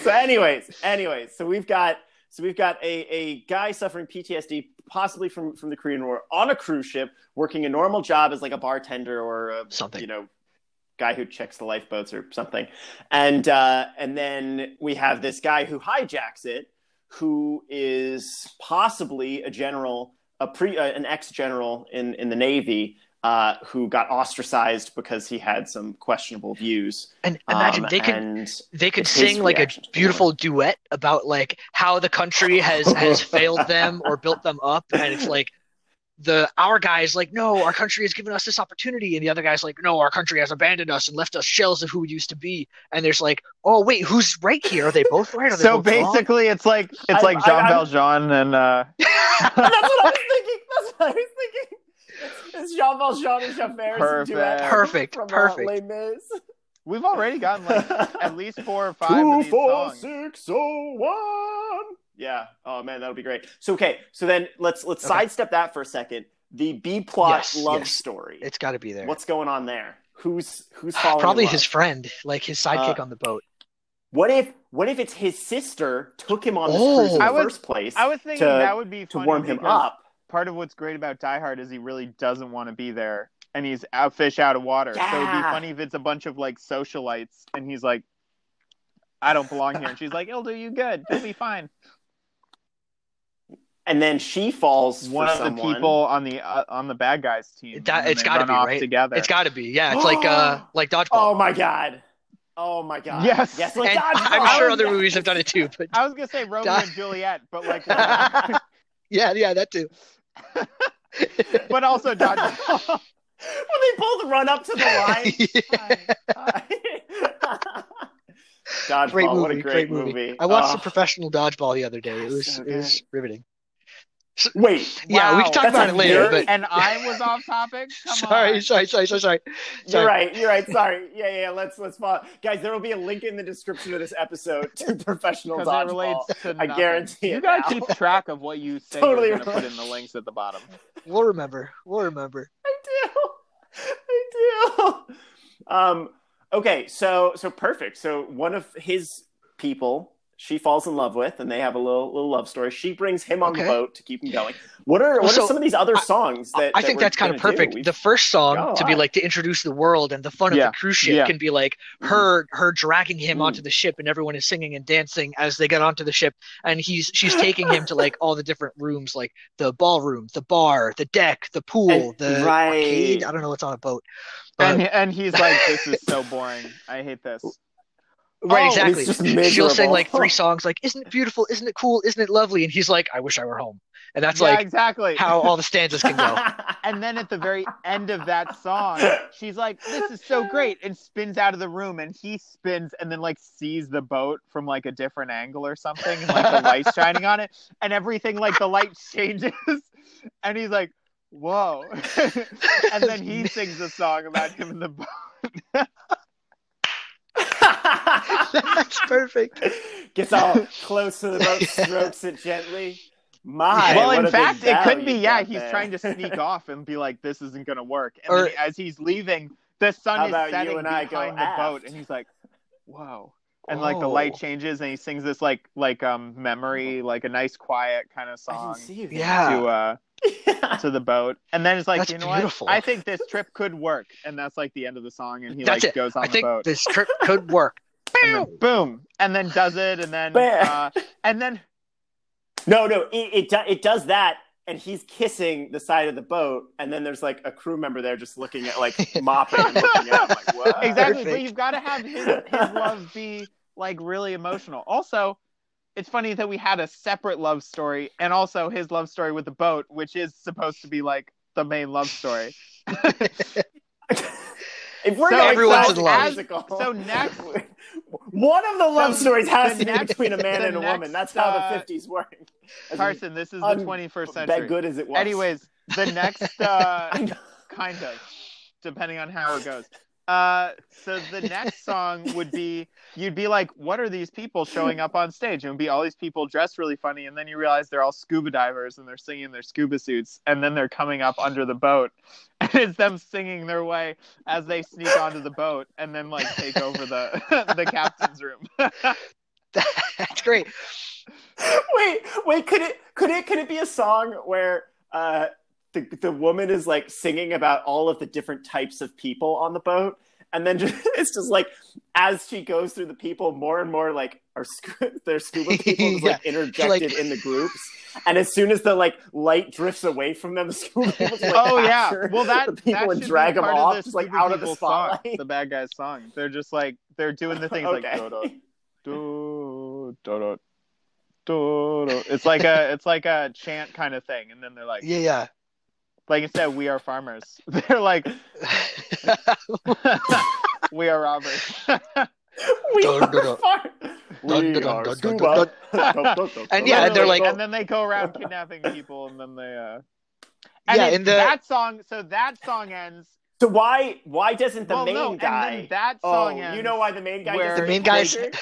Speaker 6: so, anyways, anyways, so we've got so we've got a, a guy suffering PTSD, possibly from from the Korean War, on a cruise ship, working a normal job as like a bartender or a
Speaker 5: Something.
Speaker 6: you know guy who checks the lifeboats or something, and uh, and then we have this guy who hijacks it, who is possibly a general, a pre, uh, an ex general in in the Navy. Uh, who got ostracized because he had some questionable views?
Speaker 5: And imagine
Speaker 6: Um,
Speaker 5: they could
Speaker 6: and-
Speaker 5: they could
Speaker 6: his
Speaker 5: sing like a
Speaker 6: reaction to the
Speaker 5: beautiful duet about like how the country has has
Speaker 6: (laughs)
Speaker 5: failed them or built them up, and it's like the our guy is like, no, our country has given us this opportunity, and the other guy's like, no, our country has abandoned us and left us shells of who we used to be. And there's like, oh wait, who's right here? Are they both right? Are they
Speaker 4: So
Speaker 5: both wrong?"
Speaker 4: basically, it's like it's
Speaker 6: I-
Speaker 4: like
Speaker 6: I-
Speaker 4: Jean
Speaker 6: I'm-
Speaker 4: Valjean and uh,
Speaker 6: (laughs) That's what I
Speaker 5: (laughs)
Speaker 6: was thinking. That's what I was thinking. It's Jean Valjean and Javert.
Speaker 4: Perfect.
Speaker 5: Perfect,
Speaker 6: From, uh,
Speaker 5: perfect.
Speaker 6: Les Mis.
Speaker 4: we've already gotten (laughs) like
Speaker 6: (laughs)
Speaker 4: at least four or five of
Speaker 6: Two,
Speaker 4: these
Speaker 6: four,
Speaker 4: songs.
Speaker 6: six, oh, one. Yeah. Oh man, that'll be great. So okay. So then let's let's
Speaker 5: Okay.
Speaker 6: sidestep that for a second. The B plot
Speaker 5: Yes,
Speaker 6: love
Speaker 5: yes.
Speaker 6: story.
Speaker 5: it's got to be there.
Speaker 6: What's going on there? Who's
Speaker 5: (sighs)
Speaker 6: who's falling? in
Speaker 5: Probably
Speaker 6: love?
Speaker 5: his friend, like his sidekick
Speaker 6: Uh,
Speaker 5: on the boat.
Speaker 6: What if what if it's his sister took him on this
Speaker 5: Oh.
Speaker 6: cruise in the
Speaker 4: I was-
Speaker 6: first place
Speaker 4: I was thinking
Speaker 6: To-
Speaker 4: that would be
Speaker 6: to
Speaker 4: funny
Speaker 6: warm him
Speaker 4: because
Speaker 6: up?
Speaker 4: Part of what's great about Die Hard is he really doesn't want to be there, and he's out fish out of water. So it'd be
Speaker 6: Yeah.
Speaker 4: funny if it's a bunch of like socialites, and he's like, "I don't belong here," and she's like, "It'll do you good. You'll be fine."
Speaker 6: And then she falls
Speaker 4: One
Speaker 6: (laughs) for
Speaker 4: of the
Speaker 6: someone.
Speaker 4: people on the uh, on the bad guys team.
Speaker 5: That-
Speaker 4: and then
Speaker 5: it's
Speaker 4: they
Speaker 5: gotta
Speaker 4: run
Speaker 5: be,
Speaker 4: off
Speaker 5: right?
Speaker 4: together.
Speaker 5: It's got to be, yeah. It's like
Speaker 6: (gasps)
Speaker 5: uh, like dodgeball.
Speaker 6: Oh my god. Oh my god.
Speaker 4: Yes.
Speaker 6: Yes.
Speaker 5: and
Speaker 6: Like
Speaker 5: (laughs) I'm
Speaker 6: Dodgeball.
Speaker 5: sure other movies have done
Speaker 6: (laughs)
Speaker 5: it too, but
Speaker 4: I was gonna say
Speaker 5: (laughs)
Speaker 4: Romeo
Speaker 5: Die-
Speaker 4: and Juliet, but like, (laughs)
Speaker 5: yeah, yeah, that
Speaker 6: (laughs)
Speaker 5: too.
Speaker 4: but also Dodge.
Speaker 6: when they both run
Speaker 5: (laughs)
Speaker 6: up to the line. Dodgeball.
Speaker 5: Great
Speaker 6: what a
Speaker 5: movie,
Speaker 6: great,
Speaker 5: great movie. I
Speaker 6: Oh.
Speaker 5: watched a professional dodgeball the other day. It
Speaker 6: That's
Speaker 5: was
Speaker 6: so
Speaker 5: it was riveting. (laughs)
Speaker 6: Wait.
Speaker 5: Yeah, we can talk
Speaker 6: That's
Speaker 5: about
Speaker 6: a
Speaker 5: it later.
Speaker 6: very-
Speaker 5: But
Speaker 4: and I was off topic.
Speaker 5: (laughs)
Speaker 4: Come
Speaker 5: sorry,
Speaker 4: on.
Speaker 5: sorry, sorry, sorry, sorry.
Speaker 6: You're right. You're right.
Speaker 5: (laughs)
Speaker 6: Sorry. Yeah, yeah. yeah, Let's let's follow. Guys, there will be a link in the description of this episode to (laughs) professional
Speaker 4: Because
Speaker 6: dodgeball. (laughs)
Speaker 4: it relates to
Speaker 6: I
Speaker 4: nothing.
Speaker 6: guarantee
Speaker 4: You
Speaker 6: it
Speaker 4: gotta
Speaker 6: now.
Speaker 4: keep track of what you
Speaker 6: (laughs)
Speaker 4: say
Speaker 6: Totally
Speaker 4: you're gonna
Speaker 6: right.
Speaker 4: put in the links at the bottom.
Speaker 5: We'll remember. We'll remember.
Speaker 6: I do. I do. Um, okay, so so perfect. So one of his people she falls in love with, and they have a little little love story. She brings him on the
Speaker 5: Okay.
Speaker 6: boat to keep him going. What are what
Speaker 5: So,
Speaker 6: are some of these other
Speaker 5: I-
Speaker 6: songs that
Speaker 5: I
Speaker 6: that
Speaker 5: think
Speaker 6: we're
Speaker 5: that's kind of
Speaker 6: gonna do?
Speaker 5: perfect.
Speaker 6: We've-
Speaker 5: The first song
Speaker 6: got a
Speaker 5: to be
Speaker 6: lot.
Speaker 5: like to introduce the world and the fun
Speaker 6: Yeah.
Speaker 5: of the cruise ship
Speaker 6: Yeah.
Speaker 5: can be like
Speaker 6: Mhm.
Speaker 5: her her dragging him
Speaker 6: Mm.
Speaker 5: onto the ship and everyone is singing and dancing as they get onto the ship and he's she's taking him to
Speaker 6: (laughs)
Speaker 5: like all the different rooms like the ballroom, the bar, the deck, the pool,
Speaker 6: And-
Speaker 5: the
Speaker 6: right.
Speaker 5: arcade. I don't know what's on a boat. But,
Speaker 4: And and
Speaker 5: (laughs)
Speaker 4: he's like, this is so boring. I hate this.
Speaker 5: right,
Speaker 4: oh,
Speaker 5: exactly.
Speaker 6: It's just
Speaker 5: She'll sing
Speaker 6: miserable.
Speaker 5: like three songs like isn't it beautiful, isn't it cool, isn't it lovely and he's like I wish I were home. And that's
Speaker 4: yeah,
Speaker 5: like
Speaker 4: exactly.
Speaker 5: how all the stanzas can go.
Speaker 4: (laughs) And then at the very end of that song, she's like, "This is so great," and spins out of the room, and he spins, and then like sees the boat from like a different angle or something, and like the light's shining on it, and everything like the light (laughs) changes, and he's like, "Whoa!" (laughs) and then he sings a song about him in the boat.
Speaker 5: (laughs) That's perfect.
Speaker 4: (laughs)
Speaker 6: Gets all close to the boat, strokes it gently. My,
Speaker 4: well,
Speaker 6: what a
Speaker 4: in
Speaker 6: big
Speaker 4: fact, it
Speaker 6: bow
Speaker 4: could be
Speaker 6: you've
Speaker 4: yeah,
Speaker 6: got
Speaker 4: he's
Speaker 6: there.
Speaker 4: trying to sneak off and be like, "This isn't gonna work," and
Speaker 5: Or-
Speaker 4: then as he's leaving, the
Speaker 6: How
Speaker 4: sun
Speaker 6: about you
Speaker 4: is setting
Speaker 6: and I go
Speaker 4: behind the boat,
Speaker 6: aft?
Speaker 4: and he's like, "Whoa." and like the light
Speaker 5: Oh.
Speaker 4: changes and he sings this like like um memory like a nice quiet kind of
Speaker 6: I didn't
Speaker 4: song
Speaker 6: see you there.
Speaker 5: Yeah.
Speaker 4: to uh to the boat and then it's like
Speaker 5: That's
Speaker 4: you know
Speaker 5: beautiful.
Speaker 4: what i think this trip could work and that's like the end of the song and he
Speaker 5: That's
Speaker 4: like
Speaker 5: it.
Speaker 4: goes on
Speaker 5: I
Speaker 4: the
Speaker 5: think
Speaker 4: boat (laughs)
Speaker 5: this trip could work. (laughs)
Speaker 4: and then boom and then does it and then
Speaker 6: Bam.
Speaker 4: uh and then
Speaker 6: No, no, it it, do, it does that, and he's kissing the side of the boat, and then there's like a crew member there just looking
Speaker 4: (laughs)
Speaker 6: at like mopping, and looking at him like what?
Speaker 4: exactly but
Speaker 5: Perfect.
Speaker 4: you've got to have his, his love be like really emotional also it's funny that we had a separate love story and also his love story with the boat which is supposed to be like the main love story
Speaker 6: If we're
Speaker 4: So
Speaker 6: going
Speaker 5: everyone's
Speaker 6: back
Speaker 5: in love.
Speaker 6: to musical-
Speaker 4: so next-
Speaker 6: (laughs) one of the love
Speaker 4: So
Speaker 6: stories has
Speaker 4: the
Speaker 6: to be
Speaker 4: next-
Speaker 6: between a man
Speaker 4: the
Speaker 6: and a woman.
Speaker 4: next,
Speaker 6: That's how
Speaker 4: uh,
Speaker 6: the fifties work. As
Speaker 4: carson this is the
Speaker 6: Un-
Speaker 4: 21st
Speaker 6: that
Speaker 4: century
Speaker 6: good as it was. (laughs)
Speaker 4: Anyways, the next uh,
Speaker 6: I know.
Speaker 4: kind of, depending on how it goes. Uh, so the next song would be you'd be like, what are these people showing up on stage? And it would be all these people dressed really funny, and then you realize they're all scuba divers and they're singing in their scuba suits, and then they're coming up under the boat, (laughs) and it's them singing their way as they sneak onto the boat and then like take over the (laughs) the captain's room.
Speaker 5: That's great.
Speaker 6: wait, wait, could it could it could it be a song where uh the, the woman is like singing about all of the different types of people on the boat and then just, it's just like as she goes through the people more and more like are scu- their scuba people is like interjected in the groups and as soon as the like light drifts away from them the scuba people just, like,
Speaker 4: oh yeah.
Speaker 6: capture
Speaker 4: Well, that
Speaker 6: the people
Speaker 4: that
Speaker 6: and
Speaker 4: should be
Speaker 6: drag them
Speaker 4: part of
Speaker 6: off
Speaker 4: the
Speaker 6: just like
Speaker 4: Scuba
Speaker 6: out of the
Speaker 4: People song,
Speaker 6: spotlight
Speaker 4: the bad guy's song. They're just like they're doing the things
Speaker 6: (laughs)
Speaker 4: like do do do do do do. It's like a it's like a chant kind of thing, and then they're like
Speaker 5: Yeah, (laughs)
Speaker 4: like instead we are farmers. (laughs) They're like
Speaker 5: yeah.
Speaker 4: we are robbers.
Speaker 6: we
Speaker 5: Dun, dun,
Speaker 6: are
Speaker 5: dun.
Speaker 6: far.
Speaker 5: dun,
Speaker 6: We
Speaker 5: dun, dun,
Speaker 6: are
Speaker 5: dun,
Speaker 6: scuba.
Speaker 4: dun.
Speaker 6: Dun, dun, dun,
Speaker 5: And yeah,
Speaker 6: dun,
Speaker 5: they're
Speaker 6: dun,
Speaker 5: like-
Speaker 4: and then they go around kidnapping people, and then they uh. (laughs) And
Speaker 5: Yeah,
Speaker 4: it-
Speaker 5: in the-
Speaker 4: that song. So that song ends.
Speaker 6: So why why doesn't the
Speaker 4: well,
Speaker 6: main
Speaker 4: no, and
Speaker 6: guy?
Speaker 4: then that song
Speaker 6: oh,
Speaker 4: ends.
Speaker 6: you know why the main guy?
Speaker 4: where-
Speaker 6: doesn't
Speaker 5: The main
Speaker 6: get
Speaker 5: guy's-
Speaker 6: captured?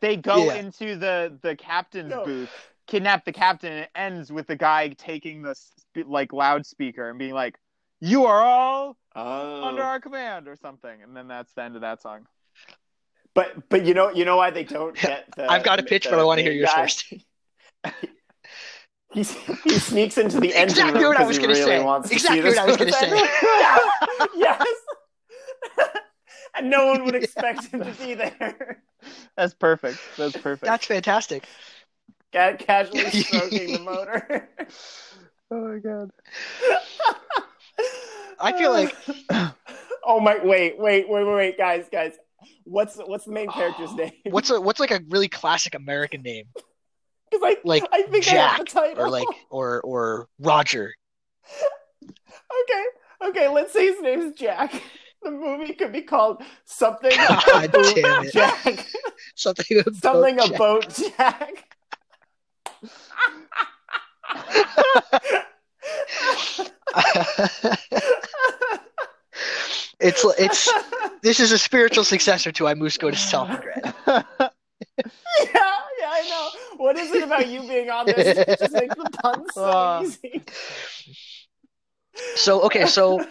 Speaker 4: they go
Speaker 5: Yeah.
Speaker 4: into the the captain's
Speaker 6: No.
Speaker 4: booth kidnap the captain and it ends with the guy taking the sp- like loudspeaker and being like you are all under
Speaker 6: Oh.
Speaker 4: our command or something and then that's the end of that
Speaker 5: (laughs)
Speaker 4: song
Speaker 6: But but you know you know why they don't get the.
Speaker 5: I've got a pitch, but I want to hear yours first.
Speaker 6: (laughs)
Speaker 5: (laughs)
Speaker 6: He, he sneaks into the
Speaker 5: (laughs)
Speaker 6: engine
Speaker 5: Exactly
Speaker 6: room
Speaker 5: what I
Speaker 6: 'cause
Speaker 5: was
Speaker 6: he
Speaker 5: gonna
Speaker 6: really
Speaker 5: say.
Speaker 6: wants to
Speaker 5: Exactly
Speaker 6: see this
Speaker 5: what I was
Speaker 4: (laughs)
Speaker 5: gonna
Speaker 6: person.
Speaker 5: say.
Speaker 6: (laughs) yes. yes. and no
Speaker 5: (laughs)
Speaker 6: one would expect him to be there. (laughs)
Speaker 4: that's perfect that's perfect
Speaker 5: That's fantastic.
Speaker 6: Ca-
Speaker 5: (laughs)
Speaker 6: Casually stroking the motor.
Speaker 4: (laughs) oh my (laughs) god
Speaker 5: I feel like-
Speaker 6: (laughs) oh my! Wait, wait, wait, wait, wait, guys, guys. What's what's the main
Speaker 5: (gasps)
Speaker 6: character's name?
Speaker 5: What's a what's like a really classic American name,
Speaker 6: 'Cause I,
Speaker 5: like
Speaker 6: I think I have the
Speaker 5: Jack
Speaker 6: title.
Speaker 5: or like
Speaker 4: (laughs)
Speaker 5: or or Roger?
Speaker 6: (laughs) okay, okay. Let's say his name's Jack. (laughs) The movie could be called something.
Speaker 5: God
Speaker 6: about
Speaker 5: damn it.
Speaker 6: Jack.
Speaker 5: Something about
Speaker 6: Something
Speaker 5: Jack.
Speaker 6: about Jack.
Speaker 5: (laughs) it's it's this is a spiritual successor to I Must Go to Self
Speaker 4: (laughs)
Speaker 5: Regret.
Speaker 6: Yeah, yeah, I know. What is it about you being on this?
Speaker 5: (laughs)
Speaker 6: It just makes the puns so
Speaker 4: Uh.
Speaker 6: easy.
Speaker 5: So okay, so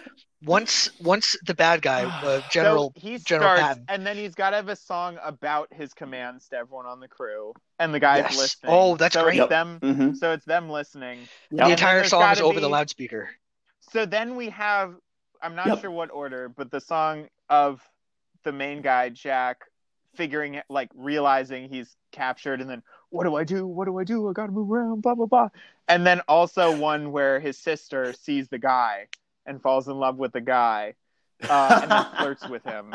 Speaker 5: once once the bad
Speaker 4: (sighs)
Speaker 5: guy, uh, General
Speaker 4: So he
Speaker 5: General
Speaker 4: starts,
Speaker 5: Patton.
Speaker 4: and then he's got to have a song about his commands to everyone on the crew, and the guys
Speaker 5: Yes.
Speaker 4: listening.
Speaker 5: Oh, that's
Speaker 4: so
Speaker 5: great.
Speaker 4: It's them,
Speaker 6: Mm-hmm.
Speaker 4: so it's them listening.
Speaker 5: the
Speaker 4: and
Speaker 5: entire
Speaker 4: there's
Speaker 5: song is
Speaker 4: gotta
Speaker 5: over the
Speaker 4: be-
Speaker 5: loudspeaker.
Speaker 4: So then we have, I'm not
Speaker 6: Yep.
Speaker 4: sure what order, but the song of the main guy Jack figuring it, like realizing he's captured, and then what do I do? What do I do? I gotta move around, blah blah blah. And then also one where his sister sees the guy and falls in love with the guy, uh,
Speaker 6: (laughs)
Speaker 4: and then flirts with him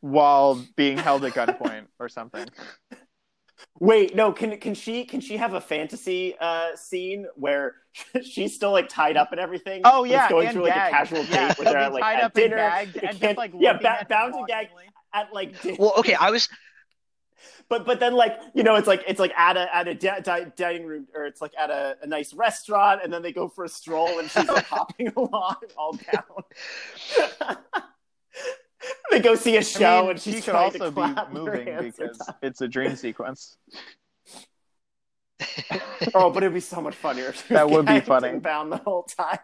Speaker 4: while being held at gunpoint or something.
Speaker 6: Wait, no. Can can she can she have a fantasy uh, scene where (laughs) she's still like tied up and everything?
Speaker 4: Oh
Speaker 6: but
Speaker 4: yeah,
Speaker 6: it's going
Speaker 4: and
Speaker 6: through like
Speaker 4: gagged.
Speaker 6: a casual date
Speaker 4: yeah,
Speaker 6: where
Speaker 4: he'll
Speaker 6: they're at,
Speaker 4: be
Speaker 6: like
Speaker 4: tied
Speaker 6: at
Speaker 4: up (laughs) and
Speaker 6: dinner,
Speaker 4: gagged
Speaker 6: they
Speaker 4: and just
Speaker 6: can't-
Speaker 4: like
Speaker 6: yeah,
Speaker 4: looking
Speaker 6: ba-
Speaker 4: at him
Speaker 6: bound and gagged.
Speaker 4: longingly.
Speaker 6: at like dinner.
Speaker 5: Well, okay, I was
Speaker 6: but but then like you know it's like it's like at a at a di- di- dining room or it's like at a, a nice restaurant and then they go for a stroll and she's like hopping (laughs) along all down. (laughs) they go see a show
Speaker 4: I mean,
Speaker 6: and she's
Speaker 4: she could
Speaker 6: trying
Speaker 4: also
Speaker 6: to clap
Speaker 4: be
Speaker 6: her
Speaker 4: moving
Speaker 6: hands
Speaker 4: because
Speaker 6: or something.
Speaker 4: it's a dream sequence.
Speaker 6: (laughs) oh, but it'd be so much funnier. If
Speaker 4: (laughs)
Speaker 6: she
Speaker 4: That
Speaker 6: was
Speaker 4: would be
Speaker 6: gagged
Speaker 4: funny.
Speaker 6: and bound the whole time,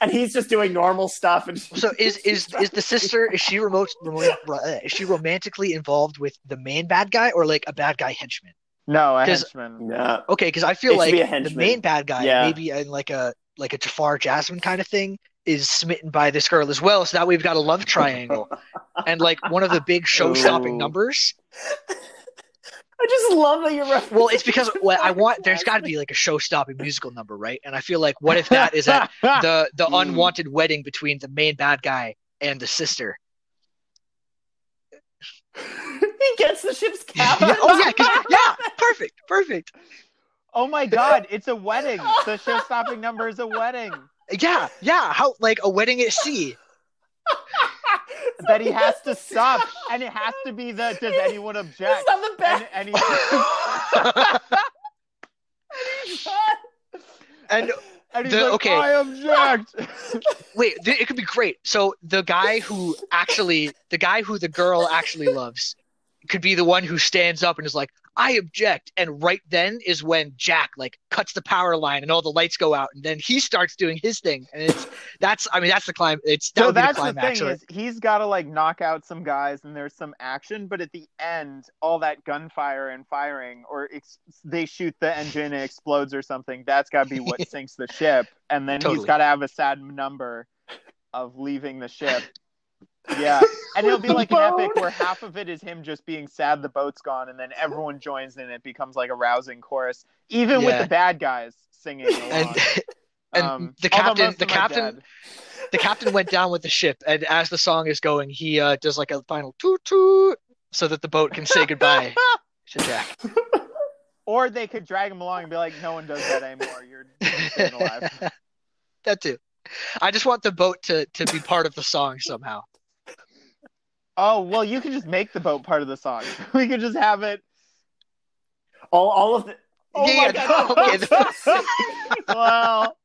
Speaker 6: and he's just doing normal stuff. And she-
Speaker 5: so is is is the sister is she remote, remote (laughs) uh, is she romantically involved with the main bad guy or like a bad guy henchman?
Speaker 4: No, a
Speaker 5: 'Cause-
Speaker 4: henchman. (laughs)
Speaker 6: (laughs) yeah,
Speaker 5: Okay, because I
Speaker 6: It
Speaker 5: feel
Speaker 6: should
Speaker 5: like
Speaker 6: be a
Speaker 5: the
Speaker 6: henchman.
Speaker 5: main bad guy,
Speaker 6: Yeah.
Speaker 5: maybe in like a like a Jafar Jasmine kind of thing, is smitten by this girl as well. So now we've got a love
Speaker 6: (laughs)
Speaker 5: triangle, and like one of the big show-stopping
Speaker 4: Ooh.
Speaker 5: numbers.
Speaker 6: I just love that you're. referencing
Speaker 5: Well, it's
Speaker 6: (laughs)
Speaker 5: because well, I want there's
Speaker 6: Jasmine.
Speaker 5: got to be like a show-stopping musical number, right? And I feel like what if that is
Speaker 6: (laughs)
Speaker 5: that the the
Speaker 6: Mm.
Speaker 5: unwanted wedding between the main bad guy and the sister?
Speaker 6: (laughs) he gets the ship's
Speaker 5: (laughs)
Speaker 6: captain.
Speaker 5: yeah, oh yeah, 'cause- yeah, perfect, perfect.
Speaker 4: oh my god, it's a wedding. The show stopping number is a wedding
Speaker 5: Yeah, yeah. How like a wedding at
Speaker 6: (laughs)
Speaker 5: sea? (laughs)
Speaker 4: that he has to stop, and it has to be the does anyone
Speaker 6: It's
Speaker 4: object?
Speaker 6: not the
Speaker 4: And,
Speaker 6: best.
Speaker 5: (laughs)
Speaker 4: and he, and, and he's
Speaker 5: The-
Speaker 4: like,
Speaker 5: okay.
Speaker 4: I object.
Speaker 5: Wait, th- it could be great. So the guy who actually, the guy who the girl actually loves, could be the one who stands up and is like, "I object," and right then is when Jack like cuts the power line and all the lights go out, and then he starts doing his thing, and it's that's, I mean, that's the climb. It's that
Speaker 4: so
Speaker 5: would be the
Speaker 4: that's the,
Speaker 5: climax.
Speaker 4: thing
Speaker 5: right?
Speaker 4: is he's got to like knock out some guys and there's some action but at the end all that gunfire and firing or ex- they shoot the engine and it explodes or something that's got to be
Speaker 5: (laughs)
Speaker 4: what sinks the ship and then he's
Speaker 5: Totally.
Speaker 4: got to have a sad number of leaving the ship yeah and
Speaker 5: (laughs)
Speaker 4: it'll be
Speaker 6: With
Speaker 4: like
Speaker 6: the
Speaker 4: an epic
Speaker 6: boat.
Speaker 4: where half of it is him just being sad the boat's gone and then everyone joins in and it becomes like a rousing chorus even with
Speaker 5: Yeah.
Speaker 4: the bad guys singing
Speaker 5: (laughs)
Speaker 4: along.
Speaker 5: and and
Speaker 4: Um,
Speaker 5: the
Speaker 4: although
Speaker 5: captain,
Speaker 4: most of
Speaker 5: the
Speaker 4: them are
Speaker 5: captain,
Speaker 4: dead.
Speaker 5: (laughs) the captain went down with the ship, and as the song is going, he uh, does like a final toot toot so that the boat can say
Speaker 4: (laughs)
Speaker 5: goodbye to Jack.
Speaker 4: Or they could drag him along and be like, "No one does that anymore. You're staying alive."
Speaker 5: that too. I just want the boat to to be part of the song somehow.
Speaker 4: oh well, you could just make the boat part of the song. (laughs) We could just have it
Speaker 6: all, all of the. Oh
Speaker 5: Yeah,
Speaker 6: my
Speaker 5: yeah,
Speaker 6: god!
Speaker 5: okay,
Speaker 6: (laughs)
Speaker 4: well.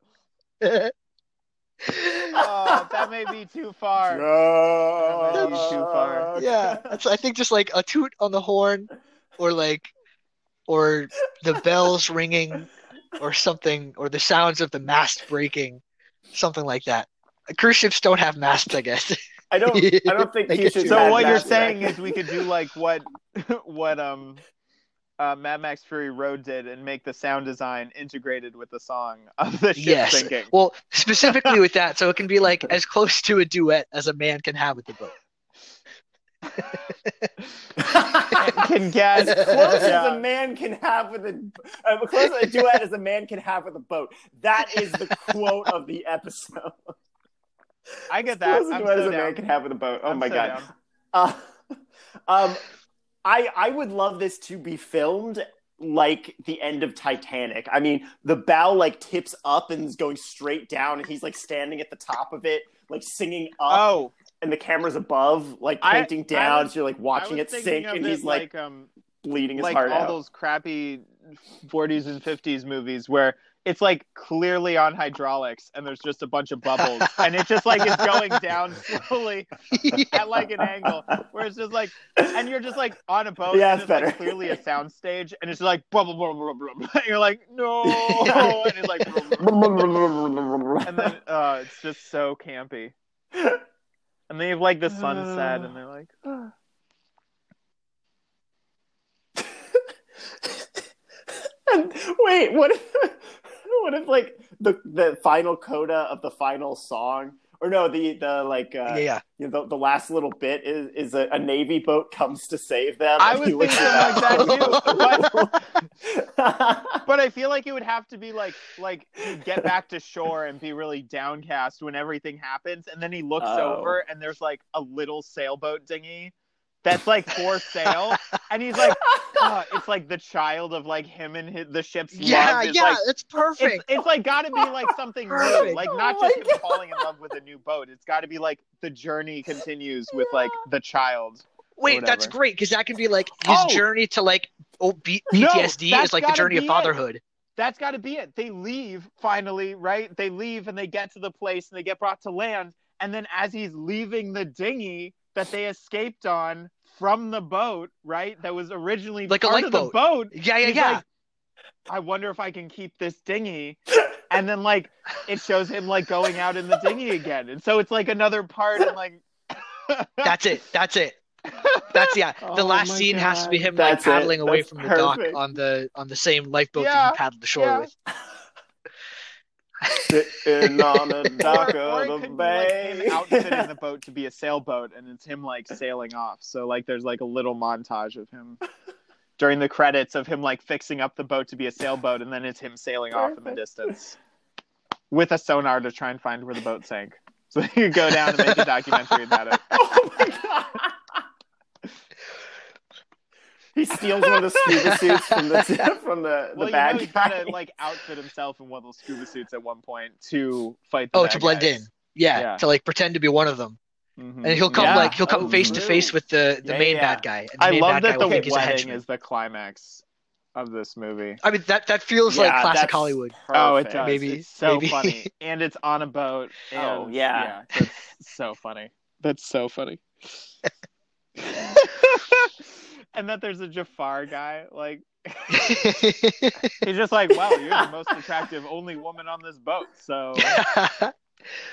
Speaker 5: (laughs)
Speaker 4: oh, that may be too far. That might be too far.
Speaker 5: yeah, that's, I think just like a toot on the horn, or like, or the bells ringing, or something, or the sounds of the mast breaking, something like that. Cruise ships don't have masts, I guess. (laughs)
Speaker 6: I don't. I don't
Speaker 4: (laughs)
Speaker 6: think
Speaker 5: Make
Speaker 6: you
Speaker 5: it
Speaker 6: should.
Speaker 5: too
Speaker 4: So
Speaker 5: Mad
Speaker 4: what you're
Speaker 5: Max
Speaker 4: saying is we could do like what (laughs) what um uh, Mad Max Fury Road did and make the sound design integrated with the song of the ship
Speaker 5: Yes.
Speaker 4: sinking.
Speaker 5: Well, specifically with that, so it can be like as close to a duet as a man can have with the boat.
Speaker 6: as
Speaker 4: Can get
Speaker 6: (laughs) close (laughs) as
Speaker 4: Yeah.
Speaker 6: a man can have with a uh, as close a duet as a man can have with a boat. That is the quote of the episode.
Speaker 4: I get that.
Speaker 6: As close a
Speaker 4: I'm
Speaker 6: duet as
Speaker 4: so
Speaker 6: a man
Speaker 4: down.
Speaker 6: can have with a boat. Oh
Speaker 4: I'm
Speaker 6: my
Speaker 4: so
Speaker 6: god.
Speaker 4: down.
Speaker 6: Uh, (laughs) um, I I would love this to be filmed like the end of Titanic. I mean, the bow like tips up and is going straight down, and he's like standing at the top of it, like singing up,
Speaker 4: Oh,
Speaker 6: and the camera's above, like
Speaker 4: I-
Speaker 6: pointing down.
Speaker 4: was-
Speaker 6: so you're like
Speaker 4: I
Speaker 6: watching
Speaker 4: was
Speaker 6: it
Speaker 4: thinking
Speaker 6: sink,
Speaker 4: of
Speaker 6: and
Speaker 4: it
Speaker 6: he's like,
Speaker 4: um
Speaker 6: bleeding his
Speaker 4: like
Speaker 6: heart
Speaker 4: all
Speaker 6: out.
Speaker 4: those crappy 40s and 50s movies where it's like clearly on hydraulics and there's just a bunch of bubbles and it just like is
Speaker 6: (laughs)
Speaker 4: going down slowly at like an angle where it's just like and you're just like on a boat
Speaker 6: Yeah,
Speaker 4: and
Speaker 6: it's
Speaker 4: it's like
Speaker 6: better.
Speaker 4: clearly a sound stage and it's just like blah blah blah blah blah blah. (laughs) and you're like
Speaker 6: (laughs)
Speaker 4: no and it's like blah, blah, blah. and then uh, it's just so campy and they have like the sunset and they're like
Speaker 6: And wait, what if (laughs) what if like the the final coda of the final song or no, the the like uh
Speaker 5: yeah, yeah.
Speaker 6: you know, the, the last little bit is is a, a navy boat comes to save them.
Speaker 4: I
Speaker 6: and
Speaker 4: was
Speaker 6: he
Speaker 4: thinking like
Speaker 6: looks
Speaker 4: that too but
Speaker 6: back.
Speaker 4: But I feel like it would have to be like like he'd get back to shore and be really downcast when everything happens, and then he looks
Speaker 6: Oh.
Speaker 4: over and there's like a little sailboat dinghy that's like
Speaker 5: (laughs)
Speaker 4: for sale, and he's like, "Ah," it's like the child of like him and his, the ship's
Speaker 5: Yeah,
Speaker 4: love is,
Speaker 5: yeah,
Speaker 4: like-
Speaker 5: that's
Speaker 4: it's,
Speaker 5: perfect.
Speaker 4: it's like got to be like something new,
Speaker 5: Perfect.
Speaker 4: like not
Speaker 6: Oh
Speaker 4: just
Speaker 6: my
Speaker 4: him falling in love with a new boat. It's got to be like the journey continues with like the child.
Speaker 5: Wait, that's
Speaker 4: whatever.
Speaker 5: great because that can be like his
Speaker 4: Oh!
Speaker 5: journey to like oh, B-
Speaker 4: No,
Speaker 5: PTSD
Speaker 4: that's
Speaker 5: is like the
Speaker 4: gotta
Speaker 5: journey of
Speaker 4: be it.
Speaker 5: fatherhood.
Speaker 4: that's got to be it. They leave finally, right? They leave and they get to the place and they get brought to land. And then as he's leaving the dinghy that they escaped on from the boat, right? That was originally
Speaker 5: Like a
Speaker 4: part
Speaker 5: light
Speaker 4: of the
Speaker 5: boat.
Speaker 4: boat.
Speaker 5: Yeah, yeah,
Speaker 4: He's
Speaker 5: yeah.
Speaker 4: like, I wonder if I can keep this dinghy. And then like it shows him like going out in the dinghy again. And so it's like another part and like
Speaker 5: that's it. That's it. That's
Speaker 6: (laughs)
Speaker 5: yeah. The
Speaker 6: Oh
Speaker 5: last
Speaker 6: my
Speaker 5: scene has to be
Speaker 6: God.
Speaker 5: him like
Speaker 6: That's it.
Speaker 5: paddling away
Speaker 6: That's
Speaker 5: from the dock
Speaker 6: perfect.
Speaker 5: on the on the same lifeboat
Speaker 4: Yeah,
Speaker 5: that he paddled ashore
Speaker 4: yeah.
Speaker 5: with.
Speaker 6: Sitting on a
Speaker 4: (laughs)
Speaker 6: dock
Speaker 4: or, or
Speaker 6: of
Speaker 4: it
Speaker 6: the
Speaker 4: could be
Speaker 6: bay.
Speaker 4: like him outfitting (laughs) the boat to be a sailboat, and it's him like sailing off. So like, there's like a little montage of (laughs) him during the credits of him like fixing up the boat to be a sailboat, and then it's him sailing off in the
Speaker 6: Perfect.
Speaker 4: distance with a sonar to try and find where the boat sank. (laughs) So you could go down and make a documentary about (laughs) it.
Speaker 6: (laughs) oh my god. He steals one of the
Speaker 4: (laughs)
Speaker 6: scuba suits from the (laughs) from the, the
Speaker 4: Well, you
Speaker 6: bad
Speaker 4: know he's
Speaker 6: guy.
Speaker 4: gotta like outfit himself in one of those scuba suits at one point (laughs) to fight. The
Speaker 5: Oh,
Speaker 4: bad
Speaker 5: to blend
Speaker 4: guys.
Speaker 5: in. Yeah,
Speaker 4: Yeah.
Speaker 5: to like pretend to be one of them,
Speaker 4: Mhm.
Speaker 5: and he'll come
Speaker 6: Yeah.
Speaker 5: like he'll come
Speaker 6: Oh,
Speaker 5: face to
Speaker 6: true.
Speaker 5: face with the the
Speaker 6: Yeah,
Speaker 5: main
Speaker 6: yeah,
Speaker 5: bad guy. And the
Speaker 4: I
Speaker 5: main
Speaker 4: love
Speaker 5: bad
Speaker 4: that
Speaker 5: guy
Speaker 4: the
Speaker 5: will think he's a
Speaker 4: wedding
Speaker 5: henchman.
Speaker 4: is the climax of this movie.
Speaker 5: I mean that that feels like
Speaker 6: Yeah,
Speaker 5: classic
Speaker 6: that's
Speaker 4: (laughs)
Speaker 5: Hollywood. (laughs)
Speaker 4: Oh, it
Speaker 6: perfect.
Speaker 4: does.
Speaker 5: Maybe-
Speaker 4: it's so
Speaker 5: maybe.
Speaker 4: funny, (laughs) and it's on a boat. And
Speaker 6: Oh, yeah.
Speaker 4: that's so funny. That's so funny. (laughs) and that there's a Jafar guy. Like he's just like, wow, you're the most attractive only woman on this boat. So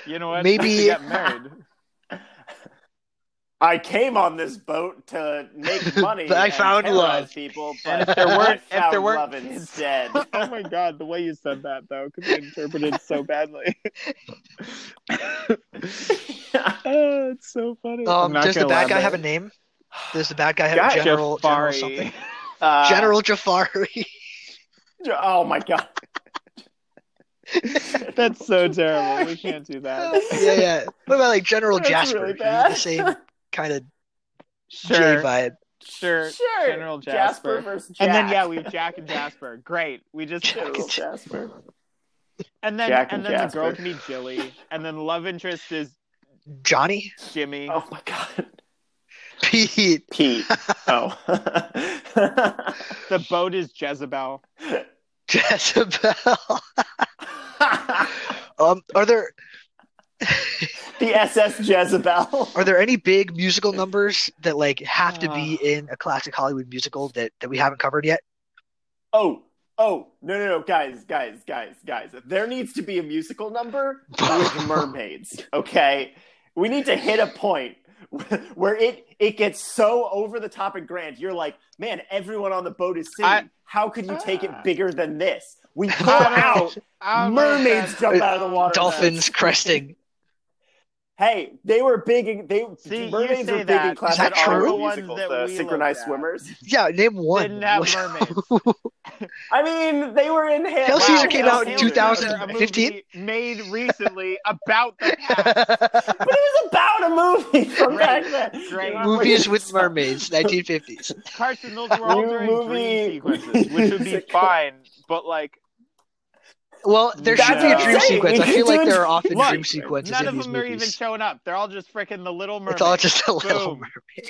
Speaker 4: you know what?
Speaker 5: Maybe-
Speaker 4: we should get married.
Speaker 6: I came on this boat to
Speaker 4: (laughs)
Speaker 6: make money.
Speaker 5: But I
Speaker 6: and
Speaker 5: found
Speaker 6: terrorize
Speaker 5: love.
Speaker 6: people,
Speaker 4: And
Speaker 6: but
Speaker 4: if there
Speaker 6: I
Speaker 4: weren't- if
Speaker 6: found
Speaker 4: there weren't
Speaker 6: love
Speaker 4: kids.
Speaker 6: instead.
Speaker 4: (laughs) (laughs) oh my god, the way you said that though could be interpreted so (laughs) badly. oh, it's so funny.
Speaker 5: um,
Speaker 4: I'm not
Speaker 5: does the
Speaker 4: gonna
Speaker 5: bad
Speaker 4: lie,
Speaker 5: guy
Speaker 4: but-
Speaker 5: have a name? Does the bad guy have a
Speaker 6: Guy
Speaker 5: general, general
Speaker 4: Jafari.
Speaker 5: something?
Speaker 6: Uh,
Speaker 5: general Jafari. (laughs)
Speaker 6: Oh my god.
Speaker 4: That's (laughs) so terrible. We can't do
Speaker 5: yeah,
Speaker 4: that.
Speaker 5: yeah. What about like General
Speaker 6: That's
Speaker 5: Jasper?
Speaker 6: really
Speaker 5: You know,
Speaker 6: bad.
Speaker 5: The
Speaker 6: (laughs)
Speaker 5: same kind of J
Speaker 4: Sure.
Speaker 5: vibe.
Speaker 4: Sure.
Speaker 6: Sure.
Speaker 4: General Jasper.
Speaker 6: versus Jack.
Speaker 4: And then yeah, we have Jack and Jasper. Great. We just
Speaker 5: Jack
Speaker 6: (laughs) General Jasper.
Speaker 4: and then
Speaker 6: Jack
Speaker 4: and
Speaker 6: and
Speaker 4: then the girl
Speaker 6: Jasper.
Speaker 4: can be Jilly. And then love interest is
Speaker 5: Johnny? (laughs)
Speaker 4: Jimmy.
Speaker 6: Oh my
Speaker 4: (laughs)
Speaker 6: god.
Speaker 5: Pete.
Speaker 6: Pete. Oh. (laughs)
Speaker 4: The boat is Jezebel.
Speaker 5: Jezebel. um, are there
Speaker 6: the
Speaker 4: (laughs)
Speaker 6: SS Jezebel.
Speaker 5: are there any big musical numbers that like have to be
Speaker 4: Uh.
Speaker 5: in a classic Hollywood musical that, that we haven't covered yet?
Speaker 6: Oh, oh, no, no, no, guys, guys, guys, guys. There needs to be a musical number
Speaker 5: (laughs)
Speaker 6: with mermaids. Okay, we need to hit a point (laughs) where it it gets so over the top and grand. You're like, man, everyone on the boat is singing.
Speaker 4: I-
Speaker 6: How could you take it
Speaker 4: Ah.
Speaker 6: bigger than this?
Speaker 5: (laughs)
Speaker 6: We pull
Speaker 4: I don't-
Speaker 6: out.
Speaker 4: I don't know if
Speaker 6: Mermaids
Speaker 4: that's-
Speaker 6: jump out of the water.
Speaker 5: Uh, Dolphins
Speaker 4: (laughs)
Speaker 5: cresting.
Speaker 6: Hey, they were big. In, they
Speaker 4: See, you
Speaker 6: mermaids
Speaker 4: say
Speaker 6: were big in
Speaker 4: that.
Speaker 5: Is
Speaker 6: classic
Speaker 5: that
Speaker 6: Hollywood
Speaker 4: true? The ones
Speaker 6: musicals,
Speaker 4: that
Speaker 6: the
Speaker 4: we
Speaker 6: synchronized
Speaker 4: looked at.
Speaker 6: swimmers.
Speaker 5: Yeah, name one.
Speaker 4: Didn't have
Speaker 5: What's-
Speaker 4: mermaids.
Speaker 6: I mean, they were in
Speaker 5: Hail
Speaker 6: Hail
Speaker 4: Wow,
Speaker 5: Caesar came
Speaker 4: Hail
Speaker 5: out in
Speaker 4: Caesar,
Speaker 5: 2000.
Speaker 4: a movie
Speaker 5: 2015?
Speaker 4: Made recently about the
Speaker 5: (laughs)
Speaker 4: past.
Speaker 6: but it was about a movie from
Speaker 4: Great,
Speaker 6: back then.
Speaker 4: great.
Speaker 5: (laughs) Movies
Speaker 4: (laughs)
Speaker 5: with mermaids, 1950s.
Speaker 4: Carson, those were all
Speaker 6: New
Speaker 4: during
Speaker 6: movie.
Speaker 4: dream sequences, which would be fine. But like,
Speaker 5: Well, there should
Speaker 4: That's
Speaker 5: be a
Speaker 4: what I'm
Speaker 5: dream
Speaker 4: saying.
Speaker 5: sequence.
Speaker 6: We
Speaker 5: I feel
Speaker 6: can do
Speaker 5: like
Speaker 6: it.
Speaker 5: there are often
Speaker 4: Look,
Speaker 5: dream sequences
Speaker 4: none
Speaker 5: in
Speaker 4: of
Speaker 5: these
Speaker 4: them are even
Speaker 5: movies.
Speaker 4: showing up. They're all just freaking the Little Mermaid.
Speaker 5: It's all just a little
Speaker 4: Boom.
Speaker 5: mermaid.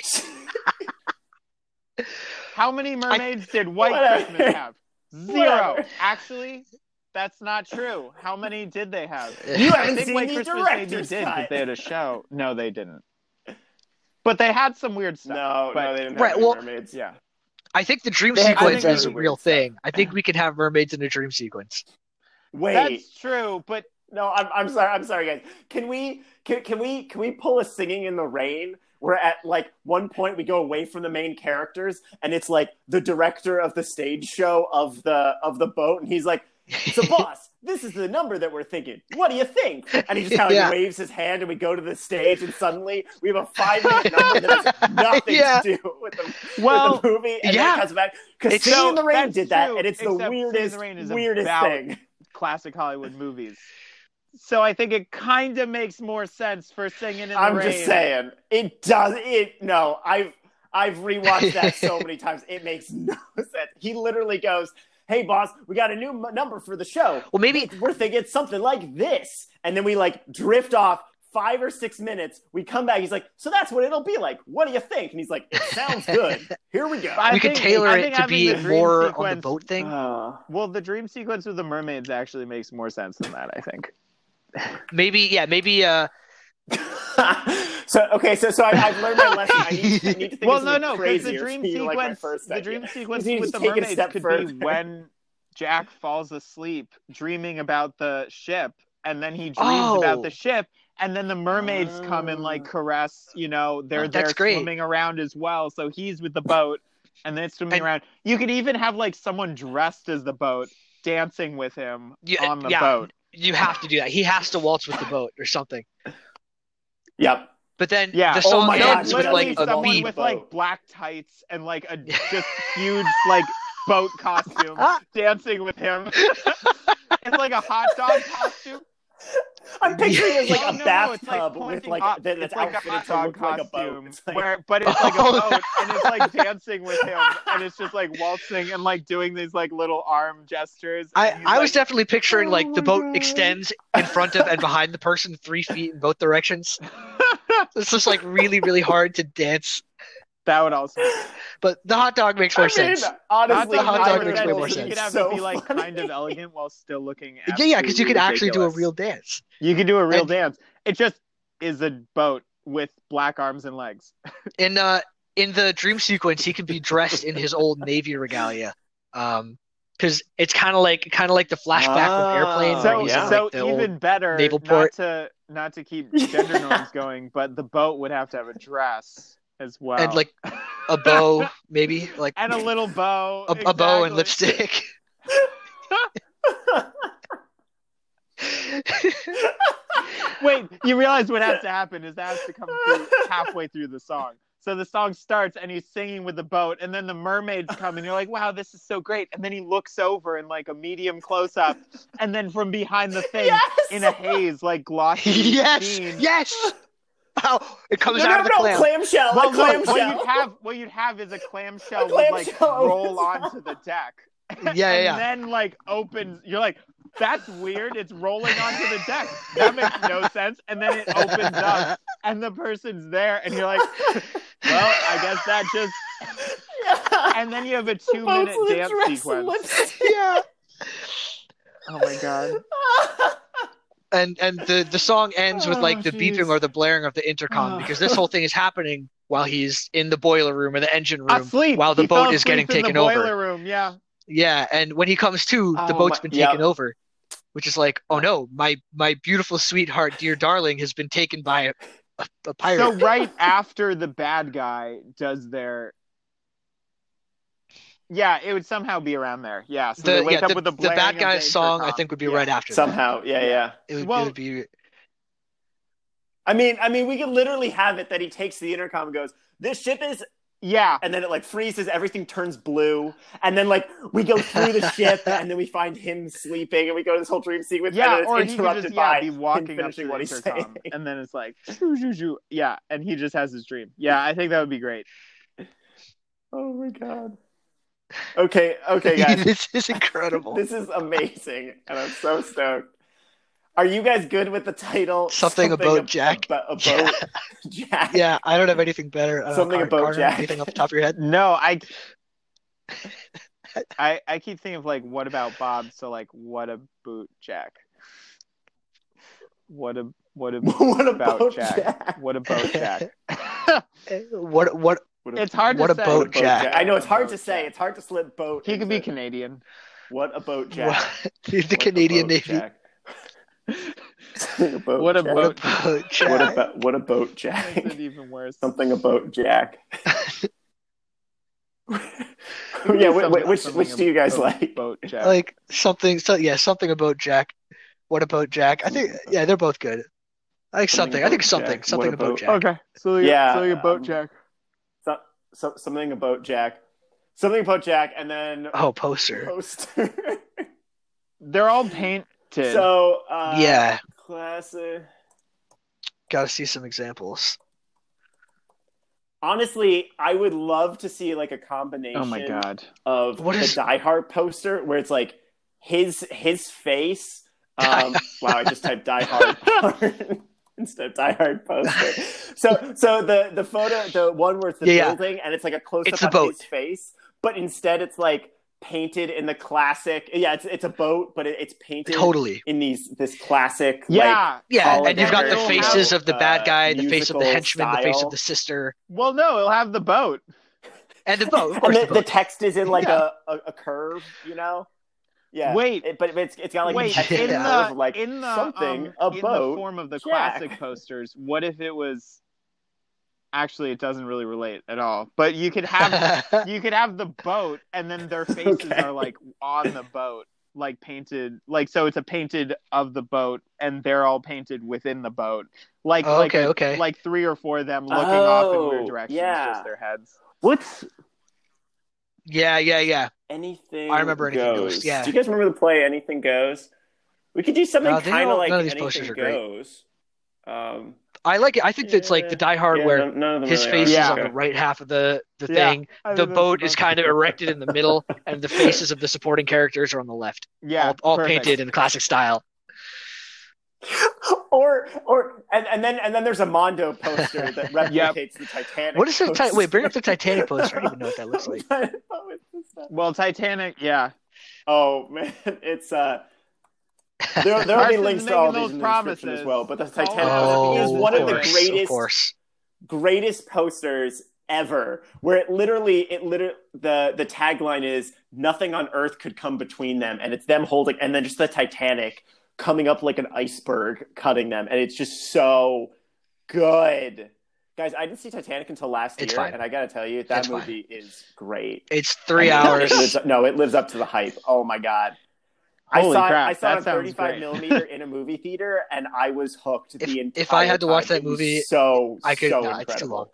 Speaker 4: How many mermaids did White
Speaker 6: Whatever. (laughs)
Speaker 4: Christmas have? Zero.
Speaker 6: Whatever.
Speaker 4: Actually, that's not true. How many did they have?
Speaker 6: You
Speaker 4: I
Speaker 6: haven't
Speaker 4: think
Speaker 6: seen
Speaker 4: White
Speaker 6: the
Speaker 4: Christmas maybe
Speaker 6: director's
Speaker 4: did, but
Speaker 6: cut.
Speaker 4: they had a show. No, they didn't. But they had some weird stuff.
Speaker 6: No,
Speaker 4: But-
Speaker 6: no, they didn't
Speaker 5: Right,
Speaker 6: have any
Speaker 5: well-
Speaker 6: mermaids. Yeah,
Speaker 5: I think the dream
Speaker 6: They- I
Speaker 5: sequence
Speaker 6: think
Speaker 5: is
Speaker 6: they
Speaker 5: a
Speaker 6: would
Speaker 5: real
Speaker 6: stuff.
Speaker 5: thing. I think we can have mermaids in a dream sequence.
Speaker 6: wait.
Speaker 4: That's true, but
Speaker 6: No, I'm, I'm sorry. I'm sorry, guys. Can we can, can we can we pull a singing in the rain? Where at like one point we go away from the main characters, and it's like the director of the stage show of the of the boat, and he's like,
Speaker 5: (laughs)
Speaker 6: "So, boss, this is the number that we're thinking. What do you think?" And he just kind of
Speaker 5: Yeah.
Speaker 6: waves his hand, and we go to the stage, and suddenly we have a five minute number
Speaker 5: (laughs)
Speaker 6: that has nothing
Speaker 5: Yeah.
Speaker 6: to do with the,
Speaker 4: well,
Speaker 6: (laughs) with the movie, and
Speaker 5: yeah.
Speaker 6: then it comes back because
Speaker 5: It's-
Speaker 6: singing in
Speaker 4: No,
Speaker 6: the rain
Speaker 4: that's
Speaker 6: did that,
Speaker 4: true,
Speaker 6: and it's the
Speaker 4: except Singing in the
Speaker 6: weirdest
Speaker 4: Rain is a
Speaker 6: weirdest
Speaker 4: ballad.
Speaker 6: thing.
Speaker 4: classic Hollywood movies. So I think it kind of makes more sense for singing in the
Speaker 6: I'm
Speaker 4: rain.
Speaker 6: just saying it does it no I've I've rewatched that
Speaker 4: (laughs)
Speaker 6: so many times it makes no sense he literally goes hey boss we got a new m- number for the show
Speaker 5: Well, maybe
Speaker 6: we're thinking it's something like this and then we like drift off five or six minutes we come back he's like so that's what it'll be like what do you think and he's like it sounds good here
Speaker 4: (laughs)
Speaker 6: we go
Speaker 4: I
Speaker 5: we could
Speaker 4: think-
Speaker 5: tailor
Speaker 4: I
Speaker 5: it
Speaker 4: think
Speaker 5: to
Speaker 4: having
Speaker 5: be
Speaker 4: the dream
Speaker 5: more on the
Speaker 4: sequence-
Speaker 5: boat thing.
Speaker 6: Uh,
Speaker 4: Well, the dream sequence with the mermaids actually makes more sense than that, I think.
Speaker 5: Maybe yeah, maybe uh
Speaker 6: so okay so so I, I've learned my lesson I need, to-
Speaker 4: (laughs)
Speaker 6: I need to think
Speaker 4: well,
Speaker 6: of
Speaker 4: no,
Speaker 6: something
Speaker 4: no, because
Speaker 6: crazier
Speaker 4: the
Speaker 6: to
Speaker 4: dream
Speaker 6: be, like, my
Speaker 4: sequence,
Speaker 6: first
Speaker 4: the
Speaker 6: idea. (laughs)
Speaker 4: dream sequence
Speaker 6: need to
Speaker 4: with the
Speaker 6: take it a
Speaker 4: mermaids
Speaker 6: step
Speaker 4: could
Speaker 6: further.
Speaker 4: be when Jack falls asleep dreaming about the ship, and then he dreams
Speaker 5: Oh.
Speaker 4: about the ship, and then the mermaids come and like caress. You know, they're
Speaker 5: Oh, that's
Speaker 4: they're
Speaker 5: great.
Speaker 4: swimming around as well, so he's with the boat, and then swimming
Speaker 5: And-
Speaker 4: around. You could even have like someone dressed as the boat dancing with him
Speaker 5: Yeah,
Speaker 4: on the
Speaker 5: yeah.
Speaker 4: boat.
Speaker 5: you have to do that. He has to waltz with the boat or something.
Speaker 6: yep
Speaker 5: But then
Speaker 4: Yeah.
Speaker 5: the
Speaker 4: Oh
Speaker 5: song
Speaker 6: my God,
Speaker 5: ends
Speaker 6: you
Speaker 5: with
Speaker 6: gotta
Speaker 5: like
Speaker 4: literally
Speaker 6: leave
Speaker 5: a
Speaker 4: someone
Speaker 5: beat.
Speaker 4: with
Speaker 6: Boat.
Speaker 4: like black tights and like
Speaker 5: (laughs)
Speaker 4: a just huge like boat costume dancing with
Speaker 5: (laughs)
Speaker 4: him. it's like a hot dog costume. (laughs)
Speaker 6: I'm picturing it as like
Speaker 4: Oh,
Speaker 6: a
Speaker 4: no, no,
Speaker 6: bathtub
Speaker 4: it's like
Speaker 6: with
Speaker 4: pointing
Speaker 6: like
Speaker 4: up.
Speaker 6: that, that's
Speaker 4: It's like a
Speaker 6: outfitted
Speaker 4: hot
Speaker 6: to
Speaker 4: dog
Speaker 6: look like a boat.
Speaker 4: costume,
Speaker 6: It's like,
Speaker 4: where, but it's like
Speaker 5: (laughs)
Speaker 4: a
Speaker 5: Oh,
Speaker 4: boat, and it's like dancing with him, and it's just like waltzing and like doing these like little arm gestures. and
Speaker 5: I,
Speaker 4: he's,
Speaker 5: I was
Speaker 4: like,
Speaker 5: definitely picturing
Speaker 6: "Oh
Speaker 5: like the
Speaker 6: my
Speaker 5: boat
Speaker 6: God."
Speaker 5: extends in front of and behind the person three feet in both directions. It's just like really, really hard to dance.
Speaker 4: (laughs) that
Speaker 5: (laughs)
Speaker 4: would also.
Speaker 5: But the hot dog makes more
Speaker 6: I mean,
Speaker 5: sense.
Speaker 6: honestly,
Speaker 5: the hot dog makes
Speaker 6: I would
Speaker 5: way
Speaker 6: have
Speaker 5: more
Speaker 6: been
Speaker 5: sense.
Speaker 4: You could have
Speaker 6: so
Speaker 4: it be like
Speaker 6: funny.
Speaker 4: kind of elegant while still looking.
Speaker 5: Yeah, yeah, because you could
Speaker 4: absolutely
Speaker 5: actually do a
Speaker 4: ridiculous.
Speaker 5: real dance.
Speaker 4: You can do a real
Speaker 5: And-
Speaker 4: dance. It just is a boat with black arms and legs.
Speaker 5: In uh in the dream sequence, he could be dressed in his old navy regalia. Um, because it's kind of like kind of like the flashback from Airplane. where
Speaker 6: Oh,
Speaker 4: so
Speaker 5: he's
Speaker 6: yeah.
Speaker 5: in,
Speaker 4: so
Speaker 5: like, the old-
Speaker 4: even better
Speaker 5: naval
Speaker 4: not
Speaker 5: port.
Speaker 4: to not
Speaker 5: (laughs)
Speaker 4: to keep gender norms going, but the boat would have to have a dress as well.
Speaker 5: and like
Speaker 4: (laughs)
Speaker 5: a bow, maybe like
Speaker 4: and a little bow.
Speaker 5: a, a bow and
Speaker 4: exactly.
Speaker 5: lipstick. (laughs)
Speaker 4: Wait, you realize what has to happen is that has to come through halfway through the song. So the song starts and he's singing with the boat, and then the mermaids come, and you're like, "Wow, this is so great!" And then he looks over in like a medium close up, and then from behind the thing,
Speaker 6: yes!
Speaker 4: in a haze, like
Speaker 5: (laughs)
Speaker 4: glossy.
Speaker 5: yes,
Speaker 4: sheen.
Speaker 5: yes. Oh, it comes
Speaker 6: no,
Speaker 5: out
Speaker 6: no,
Speaker 5: of the
Speaker 6: no,
Speaker 5: clam.
Speaker 6: clamshell,
Speaker 4: Well,
Speaker 6: a
Speaker 4: look, what
Speaker 6: clamshell.
Speaker 4: you'd have, what you'd have is a clamshell
Speaker 6: A
Speaker 4: would like
Speaker 6: clamshell opens
Speaker 4: roll
Speaker 6: up.
Speaker 4: onto the deck,
Speaker 5: Yeah, yeah,
Speaker 4: and
Speaker 5: yeah.
Speaker 4: then like opens. You're like, that's weird. It's rolling onto the deck. That makes no sense. And then it opens up, and the person's there, and you're like, well, I guess that just. (laughs)
Speaker 6: yeah.
Speaker 4: And then you have a
Speaker 6: The
Speaker 4: two
Speaker 6: boat's
Speaker 4: minute
Speaker 6: with a
Speaker 4: dance
Speaker 6: dress and
Speaker 4: sequence.
Speaker 6: (laughs) lipstick.
Speaker 5: yeah.
Speaker 4: Oh my god.
Speaker 5: And and the the song ends with like
Speaker 4: Oh,
Speaker 5: the
Speaker 4: jeez.
Speaker 5: beeping or the blaring of the intercom
Speaker 4: Oh.
Speaker 5: because this whole thing is happening while he's in the boiler room or the engine room.
Speaker 4: Asleep
Speaker 5: While the
Speaker 4: He fell
Speaker 5: boat is getting
Speaker 4: asleep in
Speaker 5: taken
Speaker 4: the
Speaker 5: over.
Speaker 4: boiler room. Yeah.
Speaker 5: Yeah, and when he comes to, the
Speaker 6: Oh
Speaker 5: boat's
Speaker 6: my-
Speaker 5: been taken
Speaker 6: yeah.
Speaker 5: over, which is like, oh no, my my beautiful sweetheart, dear darling, has been taken by a, a, a pirate.
Speaker 4: So right after the bad guy does their yeah, it would somehow be around there. Yeah, so
Speaker 5: the,
Speaker 4: they wake
Speaker 5: yeah,
Speaker 4: up
Speaker 5: the,
Speaker 4: with the,
Speaker 5: the bad
Speaker 4: blaring of
Speaker 5: guy's
Speaker 4: the
Speaker 5: song, I
Speaker 4: intercom.
Speaker 5: think, would be
Speaker 4: Yeah.
Speaker 5: right after. that.
Speaker 6: Somehow, yeah, yeah.
Speaker 5: It would,
Speaker 4: Well-
Speaker 5: it would be
Speaker 6: I mean, I mean, we could literally have it that he takes the intercom and goes, "This ship is,"
Speaker 4: Yeah,
Speaker 6: and then it like freezes, everything turns blue, and then like we go through the ship, and then we find him sleeping, and we go to this whole
Speaker 4: (laughs)
Speaker 6: dream sequence, and
Speaker 4: yeah,
Speaker 6: then it's
Speaker 4: or he could
Speaker 6: interrupted
Speaker 4: just yeah,
Speaker 6: by
Speaker 4: be walking
Speaker 6: him
Speaker 4: up to
Speaker 6: finishing
Speaker 4: the
Speaker 6: what he's
Speaker 4: intercom,
Speaker 6: saying.
Speaker 4: and then it's like, shoo, shoo, shoo. yeah, and he just has his dream. Yeah, I think that would be great.
Speaker 6: Oh my god. Okay,
Speaker 4: (laughs)
Speaker 5: (laughs)
Speaker 6: okay, guys.
Speaker 5: this is incredible.
Speaker 6: this is amazing, and I'm so stoked. Are you guys good with the title?
Speaker 5: Something about
Speaker 6: ab-
Speaker 5: Jack.
Speaker 6: abo- about
Speaker 5: Yeah.
Speaker 6: (laughs) Jack.
Speaker 5: Yeah, I uh, don't have anything better. I don't know,
Speaker 6: Something
Speaker 5: Car-
Speaker 4: (laughs)
Speaker 6: about
Speaker 5: Carter,
Speaker 6: Jack.
Speaker 5: Anything off the top of your head?
Speaker 4: No, I I, I keep thinking of like what about Bob? So like what a boot Jack. What a what a
Speaker 6: (laughs) what
Speaker 4: about
Speaker 6: about
Speaker 4: Jack?
Speaker 6: Jack?
Speaker 4: what a boat Jack.
Speaker 5: (laughs) what what
Speaker 4: (laughs)
Speaker 6: What
Speaker 4: it's hard
Speaker 5: What
Speaker 4: to
Speaker 5: a
Speaker 4: say.
Speaker 5: boat
Speaker 6: boat
Speaker 5: Jack.
Speaker 6: I know it's hard
Speaker 4: Boat
Speaker 6: to say.
Speaker 4: Jack.
Speaker 6: It's hard to slip boat.
Speaker 4: He could be
Speaker 6: into-
Speaker 4: Canadian.
Speaker 6: What a boat, Jack.
Speaker 5: what- (laughs) the
Speaker 6: What a
Speaker 5: Canadian
Speaker 6: boat,
Speaker 5: Navy?
Speaker 6: Jack. (laughs) Boat
Speaker 4: What a
Speaker 6: Jack.
Speaker 4: boat.
Speaker 5: Boat Jack.
Speaker 6: What a bo- what
Speaker 4: (laughs)
Speaker 6: a boat,
Speaker 4: Makes
Speaker 6: Jack.
Speaker 4: it even worse.
Speaker 6: (laughs) Something
Speaker 4: (laughs)
Speaker 6: about Jack. yeah, wh- wh-
Speaker 4: Something-
Speaker 6: which
Speaker 4: something
Speaker 6: which do you guys
Speaker 4: about
Speaker 6: like?
Speaker 5: (laughs)
Speaker 4: Boat Jack.
Speaker 5: like something so yeah something about jack what about jack i think yeah they're both good i think
Speaker 6: Something
Speaker 5: something, i think
Speaker 6: about
Speaker 5: something
Speaker 6: Jack.
Speaker 5: something
Speaker 6: What
Speaker 5: about,
Speaker 6: about-
Speaker 5: jack
Speaker 4: okay. So you're,
Speaker 6: Yeah,
Speaker 4: so you're boat
Speaker 6: um,
Speaker 4: Jack.
Speaker 6: So, so, something about Jack. Something about Jack, and then
Speaker 5: oh poster
Speaker 6: (laughs) poster.
Speaker 4: They're all painted.
Speaker 6: so uh,
Speaker 5: yeah
Speaker 6: classic.
Speaker 5: gotta see some examples
Speaker 6: Honestly, I would love to see like a combination.
Speaker 4: oh my god.
Speaker 6: of
Speaker 5: What
Speaker 6: the
Speaker 5: is-
Speaker 6: Die Hard poster where it's like his his face.
Speaker 5: (laughs)
Speaker 6: Um, wow, I just typed Die Hard (laughs) instead of Die Hard poster. So so the the photo the one where it's the
Speaker 5: Yeah, yeah.
Speaker 6: building and it's like a close
Speaker 5: It's
Speaker 6: up
Speaker 5: the
Speaker 6: on
Speaker 5: boat.
Speaker 6: his face, but instead it's like painted in the classic. Yeah, it's it's a boat, but it, it's painted
Speaker 5: totally
Speaker 6: in these this classic. like,
Speaker 4: Yeah.
Speaker 5: yeah
Speaker 6: Colin
Speaker 5: and you've got the
Speaker 4: Farrell,
Speaker 5: faces of the
Speaker 6: uh,
Speaker 5: bad guy the face of the
Speaker 6: musical
Speaker 5: henchman the face
Speaker 6: style.
Speaker 5: of the sister
Speaker 4: well, no, it'll have the boat.
Speaker 5: and the boat of
Speaker 6: and
Speaker 5: course
Speaker 6: the,
Speaker 5: the
Speaker 6: the
Speaker 5: boat.
Speaker 6: text is in like
Speaker 4: Yeah.
Speaker 6: a, a, a curve, you know. Yeah.
Speaker 4: Wait.
Speaker 6: It- but it's it's got like
Speaker 4: Wait,
Speaker 6: a text
Speaker 5: in
Speaker 6: in
Speaker 5: the-
Speaker 6: curve, like
Speaker 4: in the
Speaker 6: something
Speaker 4: um,
Speaker 6: about
Speaker 4: in the form of the
Speaker 6: Jack.
Speaker 4: classic posters. What if it was? Actually, it doesn't really relate at all. But you
Speaker 5: (laughs)
Speaker 4: could have
Speaker 6: (laughs)
Speaker 4: you could have the boat, and then their faces
Speaker 6: Okay.
Speaker 4: are like on the boat, like painted, like so it's a painted of the boat, and they're all painted within the boat, like
Speaker 5: Oh,
Speaker 4: like
Speaker 5: okay
Speaker 4: a-
Speaker 5: okay
Speaker 4: like three or four of them looking off in
Speaker 6: Oh,
Speaker 4: weird directions,
Speaker 6: yeah.
Speaker 4: just their heads.
Speaker 6: What's
Speaker 5: yeah yeah yeah
Speaker 6: anything?
Speaker 5: I remember Anything Goes, yeah.
Speaker 6: Do you guys remember the play Anything Goes? We could do something
Speaker 5: No, they
Speaker 6: kind
Speaker 5: don't-
Speaker 6: of like
Speaker 5: none of these
Speaker 6: Anything
Speaker 5: posters are great.
Speaker 6: Goes. Um,
Speaker 5: i like it i think that's like
Speaker 6: Yeah.
Speaker 5: the die hard
Speaker 6: yeah,
Speaker 5: where
Speaker 6: no- none of them
Speaker 5: his
Speaker 6: really
Speaker 5: face
Speaker 4: Yeah.
Speaker 5: is
Speaker 6: are.
Speaker 5: on the right half of the the
Speaker 4: Yeah.
Speaker 5: thing the boat is kind of erected in the middle, and the faces of the supporting characters are on the left,
Speaker 4: yeah,
Speaker 5: all, all
Speaker 4: perfect.
Speaker 5: painted in classic style.
Speaker 6: (laughs) or or and, and then and then there's a Mondo poster that replicates (laughs)
Speaker 4: Yep.
Speaker 6: the Titanic.
Speaker 5: What is the
Speaker 6: poster.
Speaker 5: ti- wait? Bring up the Titanic poster. I don't even know what that
Speaker 6: (laughs)
Speaker 5: looks like.
Speaker 4: Well, Titanic, yeah.
Speaker 6: Oh man, it's uh.
Speaker 5: (laughs)
Speaker 6: There, there will be
Speaker 4: Carson's
Speaker 6: links to
Speaker 4: making
Speaker 6: all
Speaker 4: those
Speaker 6: these in the description
Speaker 4: promises.
Speaker 6: as well. But the Titanic
Speaker 5: Oh,
Speaker 6: is one of
Speaker 5: of
Speaker 6: the
Speaker 5: course, Of
Speaker 6: greatest
Speaker 5: course.
Speaker 6: greatest posters ever where it literally it literally the the tagline is nothing on earth could come between them and it's them holding and then just the titanic coming up like an iceberg cutting them and it's just so good guys i didn't see titanic until last
Speaker 5: It's
Speaker 6: year
Speaker 5: fine.
Speaker 6: and i gotta tell you that
Speaker 5: It's fine.
Speaker 6: movie is great
Speaker 5: It's three
Speaker 6: I mean, it oh
Speaker 5: hours.
Speaker 6: lives up- no it lives up to the hype oh my god I
Speaker 4: Holy
Speaker 6: saw
Speaker 4: crap,
Speaker 6: it, I saw
Speaker 4: that
Speaker 6: it on
Speaker 4: sounds
Speaker 6: 35
Speaker 4: great. (laughs)
Speaker 6: millimeter in a movie theater, and I was hooked the entire
Speaker 5: if I had to watch
Speaker 6: time.
Speaker 5: that
Speaker 6: It was
Speaker 5: movie,
Speaker 6: so
Speaker 5: I could-
Speaker 6: so
Speaker 5: nah, it's too
Speaker 6: incredible.
Speaker 5: long.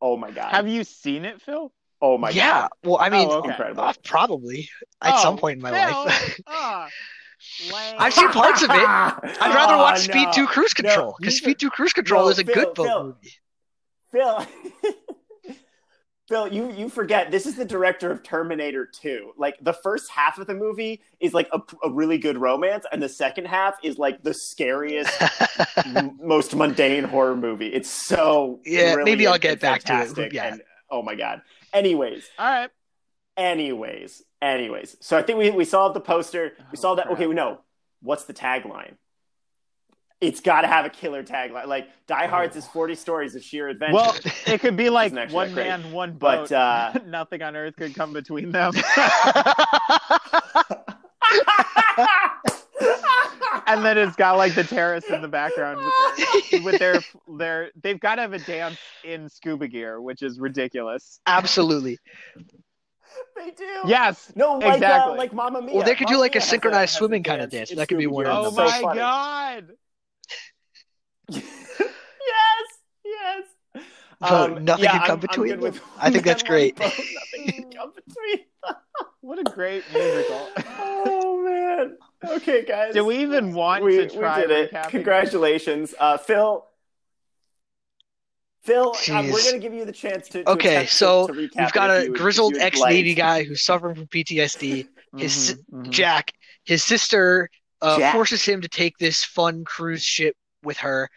Speaker 6: Oh my god!
Speaker 4: Have you seen it, Phil?
Speaker 6: oh my
Speaker 5: yeah.
Speaker 6: god!
Speaker 5: Well, I mean,
Speaker 4: Oh, okay.
Speaker 6: Incredible.
Speaker 5: uh, probably at
Speaker 4: Oh,
Speaker 5: some point in my
Speaker 4: Phil,
Speaker 5: life. (laughs)
Speaker 6: uh,
Speaker 4: ah, lame.
Speaker 5: I've seen parts of it. (laughs)
Speaker 6: (laughs)
Speaker 5: I'd rather
Speaker 6: Oh,
Speaker 5: watch Speed
Speaker 6: no.
Speaker 5: 2 Cruise Control
Speaker 6: you
Speaker 5: because
Speaker 6: should-
Speaker 5: Speed 2 Cruise Control
Speaker 6: No,
Speaker 5: is a
Speaker 6: Phil,
Speaker 5: good boat
Speaker 6: Phil.
Speaker 5: movie.
Speaker 6: Phil. (laughs) Phil, you you forget this is the director of Terminator 2. Like the first half of the movie is like a, a really good romance, and the second half is like the scariest,
Speaker 5: (laughs)
Speaker 6: m- most mundane horror movie. It's so
Speaker 5: Yeah,
Speaker 6: brilliant
Speaker 5: maybe I'll get
Speaker 6: and
Speaker 5: back to it.
Speaker 6: fantastic
Speaker 5: Yeah.
Speaker 6: And, oh my god. Anyways,
Speaker 4: All right.
Speaker 6: anyways anyways so i think we, we solved the poster we
Speaker 4: Oh,
Speaker 6: solved that
Speaker 4: crap.
Speaker 6: okay we know what's the tagline it's got to have a killer tagline like die
Speaker 5: Oh.
Speaker 6: hard's is 40 stories of sheer adventure
Speaker 4: Well, it could be like
Speaker 6: Isn't actually
Speaker 4: one
Speaker 6: that great.
Speaker 4: man, one boat.
Speaker 6: but uh
Speaker 4: (laughs) Nothing on earth could come between them. (laughs) and then it's got like the terrorists in the background
Speaker 5: (laughs)
Speaker 4: with their, (laughs) with their their they've got to have a dance in scuba gear, which is ridiculous.
Speaker 5: Absolutely.
Speaker 6: (laughs) they do
Speaker 4: Yes.
Speaker 6: no like uh,
Speaker 4: exactly.
Speaker 6: like mama mia
Speaker 5: Well, they could do,
Speaker 6: Mamma
Speaker 5: like, a
Speaker 6: Mia has
Speaker 5: synchronized
Speaker 6: has
Speaker 5: swimming kinda dance.
Speaker 6: in
Speaker 5: That could be one of
Speaker 6: Scooby-Doo.
Speaker 4: Oh
Speaker 5: them.
Speaker 6: It's so
Speaker 4: my
Speaker 6: funny.
Speaker 4: god.
Speaker 6: (laughs) yes yes Um,
Speaker 5: Vote, nothing
Speaker 6: yeah,
Speaker 5: can come
Speaker 6: I'm- I'm
Speaker 5: between them.
Speaker 6: good with
Speaker 5: I
Speaker 6: (laughs)
Speaker 5: think that's
Speaker 6: one
Speaker 5: great.
Speaker 6: vote, nothing
Speaker 5: (laughs)
Speaker 6: can come between
Speaker 4: What a great
Speaker 6: (laughs)
Speaker 4: musical.
Speaker 6: oh man. Okay, guys.
Speaker 4: Do we even want
Speaker 6: we,
Speaker 4: to
Speaker 6: we
Speaker 4: try
Speaker 6: did it.
Speaker 4: recapping?
Speaker 6: Congratulations, uh, Phil. Phil, uh, we're
Speaker 5: Jeez.
Speaker 6: gonna give you the chance to. to
Speaker 5: Okay,
Speaker 6: attempt to-
Speaker 5: so
Speaker 6: to recap
Speaker 5: We've got
Speaker 6: it if
Speaker 5: a
Speaker 6: you- if
Speaker 5: grizzled
Speaker 6: you'd like.
Speaker 5: ex Navy guy who's suffering from PTSD. His
Speaker 4: Mm-hmm,
Speaker 5: Jack, his sister, uh,
Speaker 6: Jack.
Speaker 5: forces him to take this fun cruise ship with her.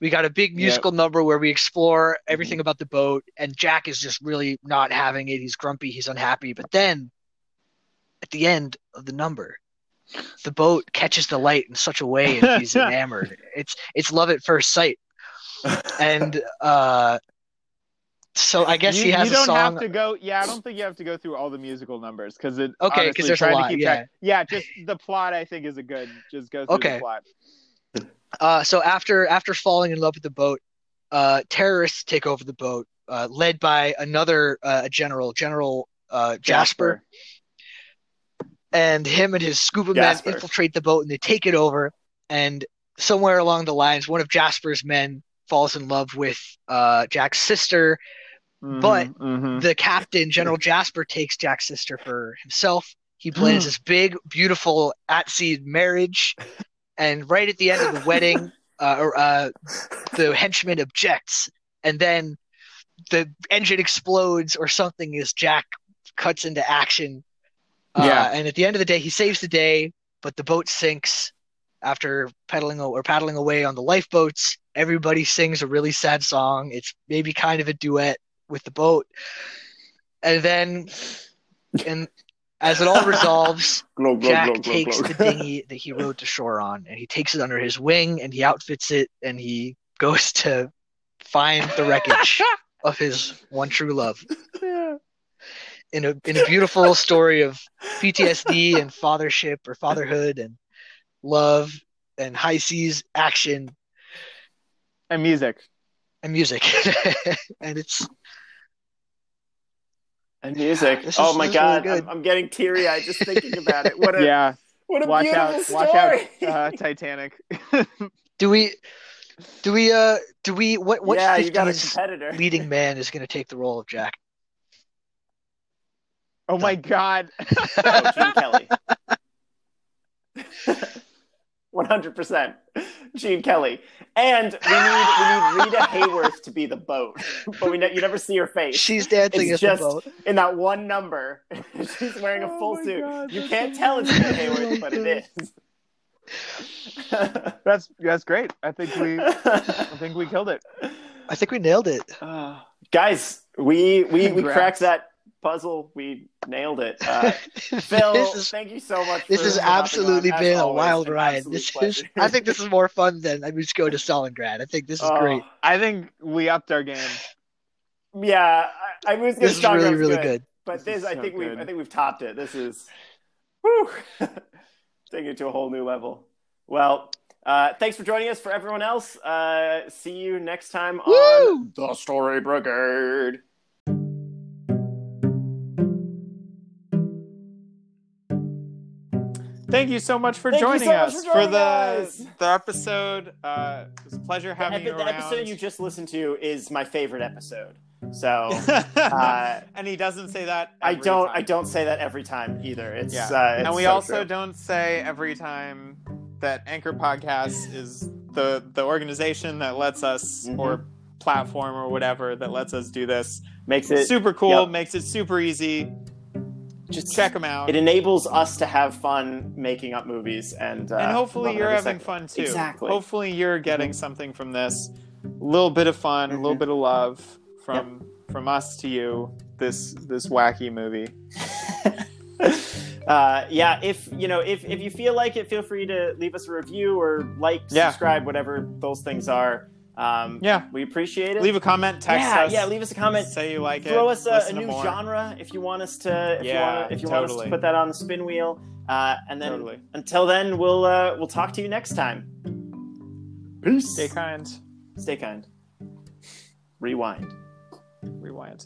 Speaker 5: We got a big musical number where we explore
Speaker 4: Mm-hmm.
Speaker 5: everything about the boat, and Jack is just really not having it. He's grumpy, he's unhappy. But then at the end of the number. The boat catches the light in such a way and
Speaker 4: (laughs)
Speaker 5: he's enamored. It's it's love at first sight. And uh so I guess
Speaker 4: you,
Speaker 5: he has
Speaker 4: you don't
Speaker 5: a song
Speaker 4: have to go. Yeah, I don't think you have to go through all the musical numbers because it.
Speaker 5: Okay, 'cause
Speaker 4: honestly,
Speaker 5: there's a
Speaker 4: trying to
Speaker 5: lot,
Speaker 4: keep track- yeah, just the plot. I think is a good. Just go through
Speaker 5: Okay.
Speaker 4: the plot.
Speaker 5: Uh, so after after falling in love with the boat, uh, terrorists take over the boat, uh, led by another uh, general, General uh, Jasper, and him and his scuba men
Speaker 6: Jasper.
Speaker 5: infiltrate the boat and they take it over. And somewhere along the lines, one of Jasper's men falls in love with uh, Jack's sister. But-
Speaker 4: Mhm, mhm.
Speaker 5: The captain, General Jasper, takes Jack's sister for himself. He plans this big, beautiful at-sea marriage, and right at the end of the wedding uh, or, uh, the henchman objects, and then the engine explodes or something as Jack cuts into action. Uh,
Speaker 4: Yeah.
Speaker 5: And at the end of the day, he saves the day, but the boat sinks after pedaling o- or paddling away on the lifeboats. Everybody sings a really sad song. It's maybe kind of a duet with the boat, and then and as it all resolves.
Speaker 6: Glow, glow,
Speaker 5: Jack
Speaker 6: glow, glow,
Speaker 5: takes
Speaker 6: glow.
Speaker 5: the dinghy that he rode to shore on, and he takes it under his wing, and he outfits it, and he goes (laughs) to find the
Speaker 6: (laughs)
Speaker 5: wreckage of his one true love. In a in a beautiful story of PTSD and fathership or fatherhood and love and high seas action
Speaker 4: and music.
Speaker 5: and music, (laughs) and it's
Speaker 6: and music.
Speaker 5: This
Speaker 6: oh
Speaker 5: is-
Speaker 6: my
Speaker 5: this is really
Speaker 6: god,
Speaker 5: good.
Speaker 6: I'm, I'm getting teary eyed just thinking about it. What a
Speaker 4: Yeah,
Speaker 6: what a
Speaker 4: watch
Speaker 6: beautiful
Speaker 4: out!
Speaker 6: story.
Speaker 4: Watch out! Uh, (laughs) Titanic.
Speaker 5: do we do we uh do we what (laughs) what
Speaker 6: yeah, you got a
Speaker 5: 50s (laughs)
Speaker 6: competitor.
Speaker 5: leading man is going to take the role of
Speaker 6: (laughs)
Speaker 5: Jack?
Speaker 4: Oh my god!
Speaker 6: Oh, Gene Kelly.
Speaker 5: (laughs)
Speaker 6: (laughs) 100%. Gene Kelly. And we need we need Rita Hayworth to be the boat. But we ne- you never see her face.
Speaker 5: She's dancing
Speaker 6: It's
Speaker 5: at
Speaker 6: just
Speaker 5: the boat.
Speaker 6: in that one number. (laughs) She's wearing a
Speaker 4: Oh
Speaker 6: full
Speaker 4: my
Speaker 6: suit.
Speaker 4: God,
Speaker 6: you
Speaker 4: that's
Speaker 6: can't tell it's Rita
Speaker 5: (laughs)
Speaker 6: Hayworth,
Speaker 5: Oh
Speaker 6: but it (laughs) is.
Speaker 4: That's that's great. I think we I think we killed it.
Speaker 5: I think we nailed it.
Speaker 6: Uh, (laughs) guys, we we, we
Speaker 4: Congrats.
Speaker 6: cracked that puzzle. We nailed it.
Speaker 5: (laughs)
Speaker 6: Uh, Phil,
Speaker 5: this is
Speaker 6: thank you so much.
Speaker 5: this
Speaker 6: for-
Speaker 5: has
Speaker 6: for hopping on.
Speaker 5: absolutely
Speaker 6: As
Speaker 5: been a
Speaker 6: always,
Speaker 5: wild
Speaker 6: an
Speaker 5: ride.
Speaker 6: absolute
Speaker 5: This is,
Speaker 6: pleasure.
Speaker 5: (laughs) I think this is more fun than I mean, just go to Stalingrad. I think this is
Speaker 6: Oh,
Speaker 5: great.
Speaker 4: I think we upped our game.
Speaker 6: Yeah, I, I was gonna
Speaker 5: This is really,
Speaker 6: Stalingrad's
Speaker 5: really
Speaker 6: good,
Speaker 5: good.
Speaker 6: But
Speaker 4: This
Speaker 6: this,
Speaker 4: is
Speaker 6: I
Speaker 4: so
Speaker 6: think we've
Speaker 4: good.
Speaker 6: I think we've topped it. This is, whew, (laughs) taking it to a whole new level. Well, uh, thanks for joining us. For everyone else, uh, see you next time on
Speaker 5: Woo!
Speaker 6: the Story Brigade.
Speaker 2: Thank you so much for
Speaker 6: Thank you
Speaker 2: joining
Speaker 6: so much
Speaker 2: us
Speaker 6: for joining
Speaker 2: the
Speaker 6: us.
Speaker 2: the episode. Uh, it was a pleasure having
Speaker 6: Epi-
Speaker 2: you
Speaker 6: the
Speaker 2: around.
Speaker 6: episode you just listened to is my favorite episode.
Speaker 5: (laughs)
Speaker 6: So
Speaker 4: (laughs)
Speaker 6: uh,
Speaker 2: and he doesn't say that.
Speaker 6: I
Speaker 2: every
Speaker 6: don't
Speaker 2: time.
Speaker 6: I don't say that every time either. It's,
Speaker 2: Yeah.
Speaker 6: uh, it's
Speaker 2: and we
Speaker 6: so
Speaker 2: also
Speaker 6: true.
Speaker 2: don't say every time that Anchor Podcast is the the organization that lets us
Speaker 6: Mhm.
Speaker 2: or platform or whatever that lets us do this.
Speaker 6: makes it
Speaker 2: super cool,
Speaker 6: yep.
Speaker 2: makes it super easy.
Speaker 6: just
Speaker 2: Check them out.
Speaker 6: It enables us to have fun making up movies and uh,
Speaker 2: and hopefully
Speaker 6: love
Speaker 2: you're
Speaker 6: every
Speaker 2: having
Speaker 6: second. Mm-hmm.
Speaker 2: fun too.
Speaker 6: Exactly.
Speaker 2: Hopefully you're getting something from this. A little bit of fun, a little
Speaker 6: Mhm.
Speaker 2: bit of love from from us to you. This this wacky movie.
Speaker 6: (laughs) uh, yeah, if you know, if if you feel like it, feel free to leave us a review or like,
Speaker 2: Yeah.
Speaker 6: subscribe, whatever those things are. Um,
Speaker 2: Yeah.
Speaker 6: we appreciate it.
Speaker 2: Leave a comment, text
Speaker 6: yeah,
Speaker 2: us.
Speaker 6: yeah, leave us a comment.
Speaker 2: Say you like it.
Speaker 6: throw us a, a
Speaker 2: listen to
Speaker 6: new
Speaker 2: more.
Speaker 6: genre if you want us to if
Speaker 2: Yeah,
Speaker 6: you want if you want us to
Speaker 2: totally.
Speaker 6: put that on the spin wheel uh, and then
Speaker 2: Totally.
Speaker 6: until then we'll uh, we'll talk to you next time peace
Speaker 2: Stay kind.
Speaker 6: stay kind rewind (laughs)
Speaker 2: (laughs) Rewind.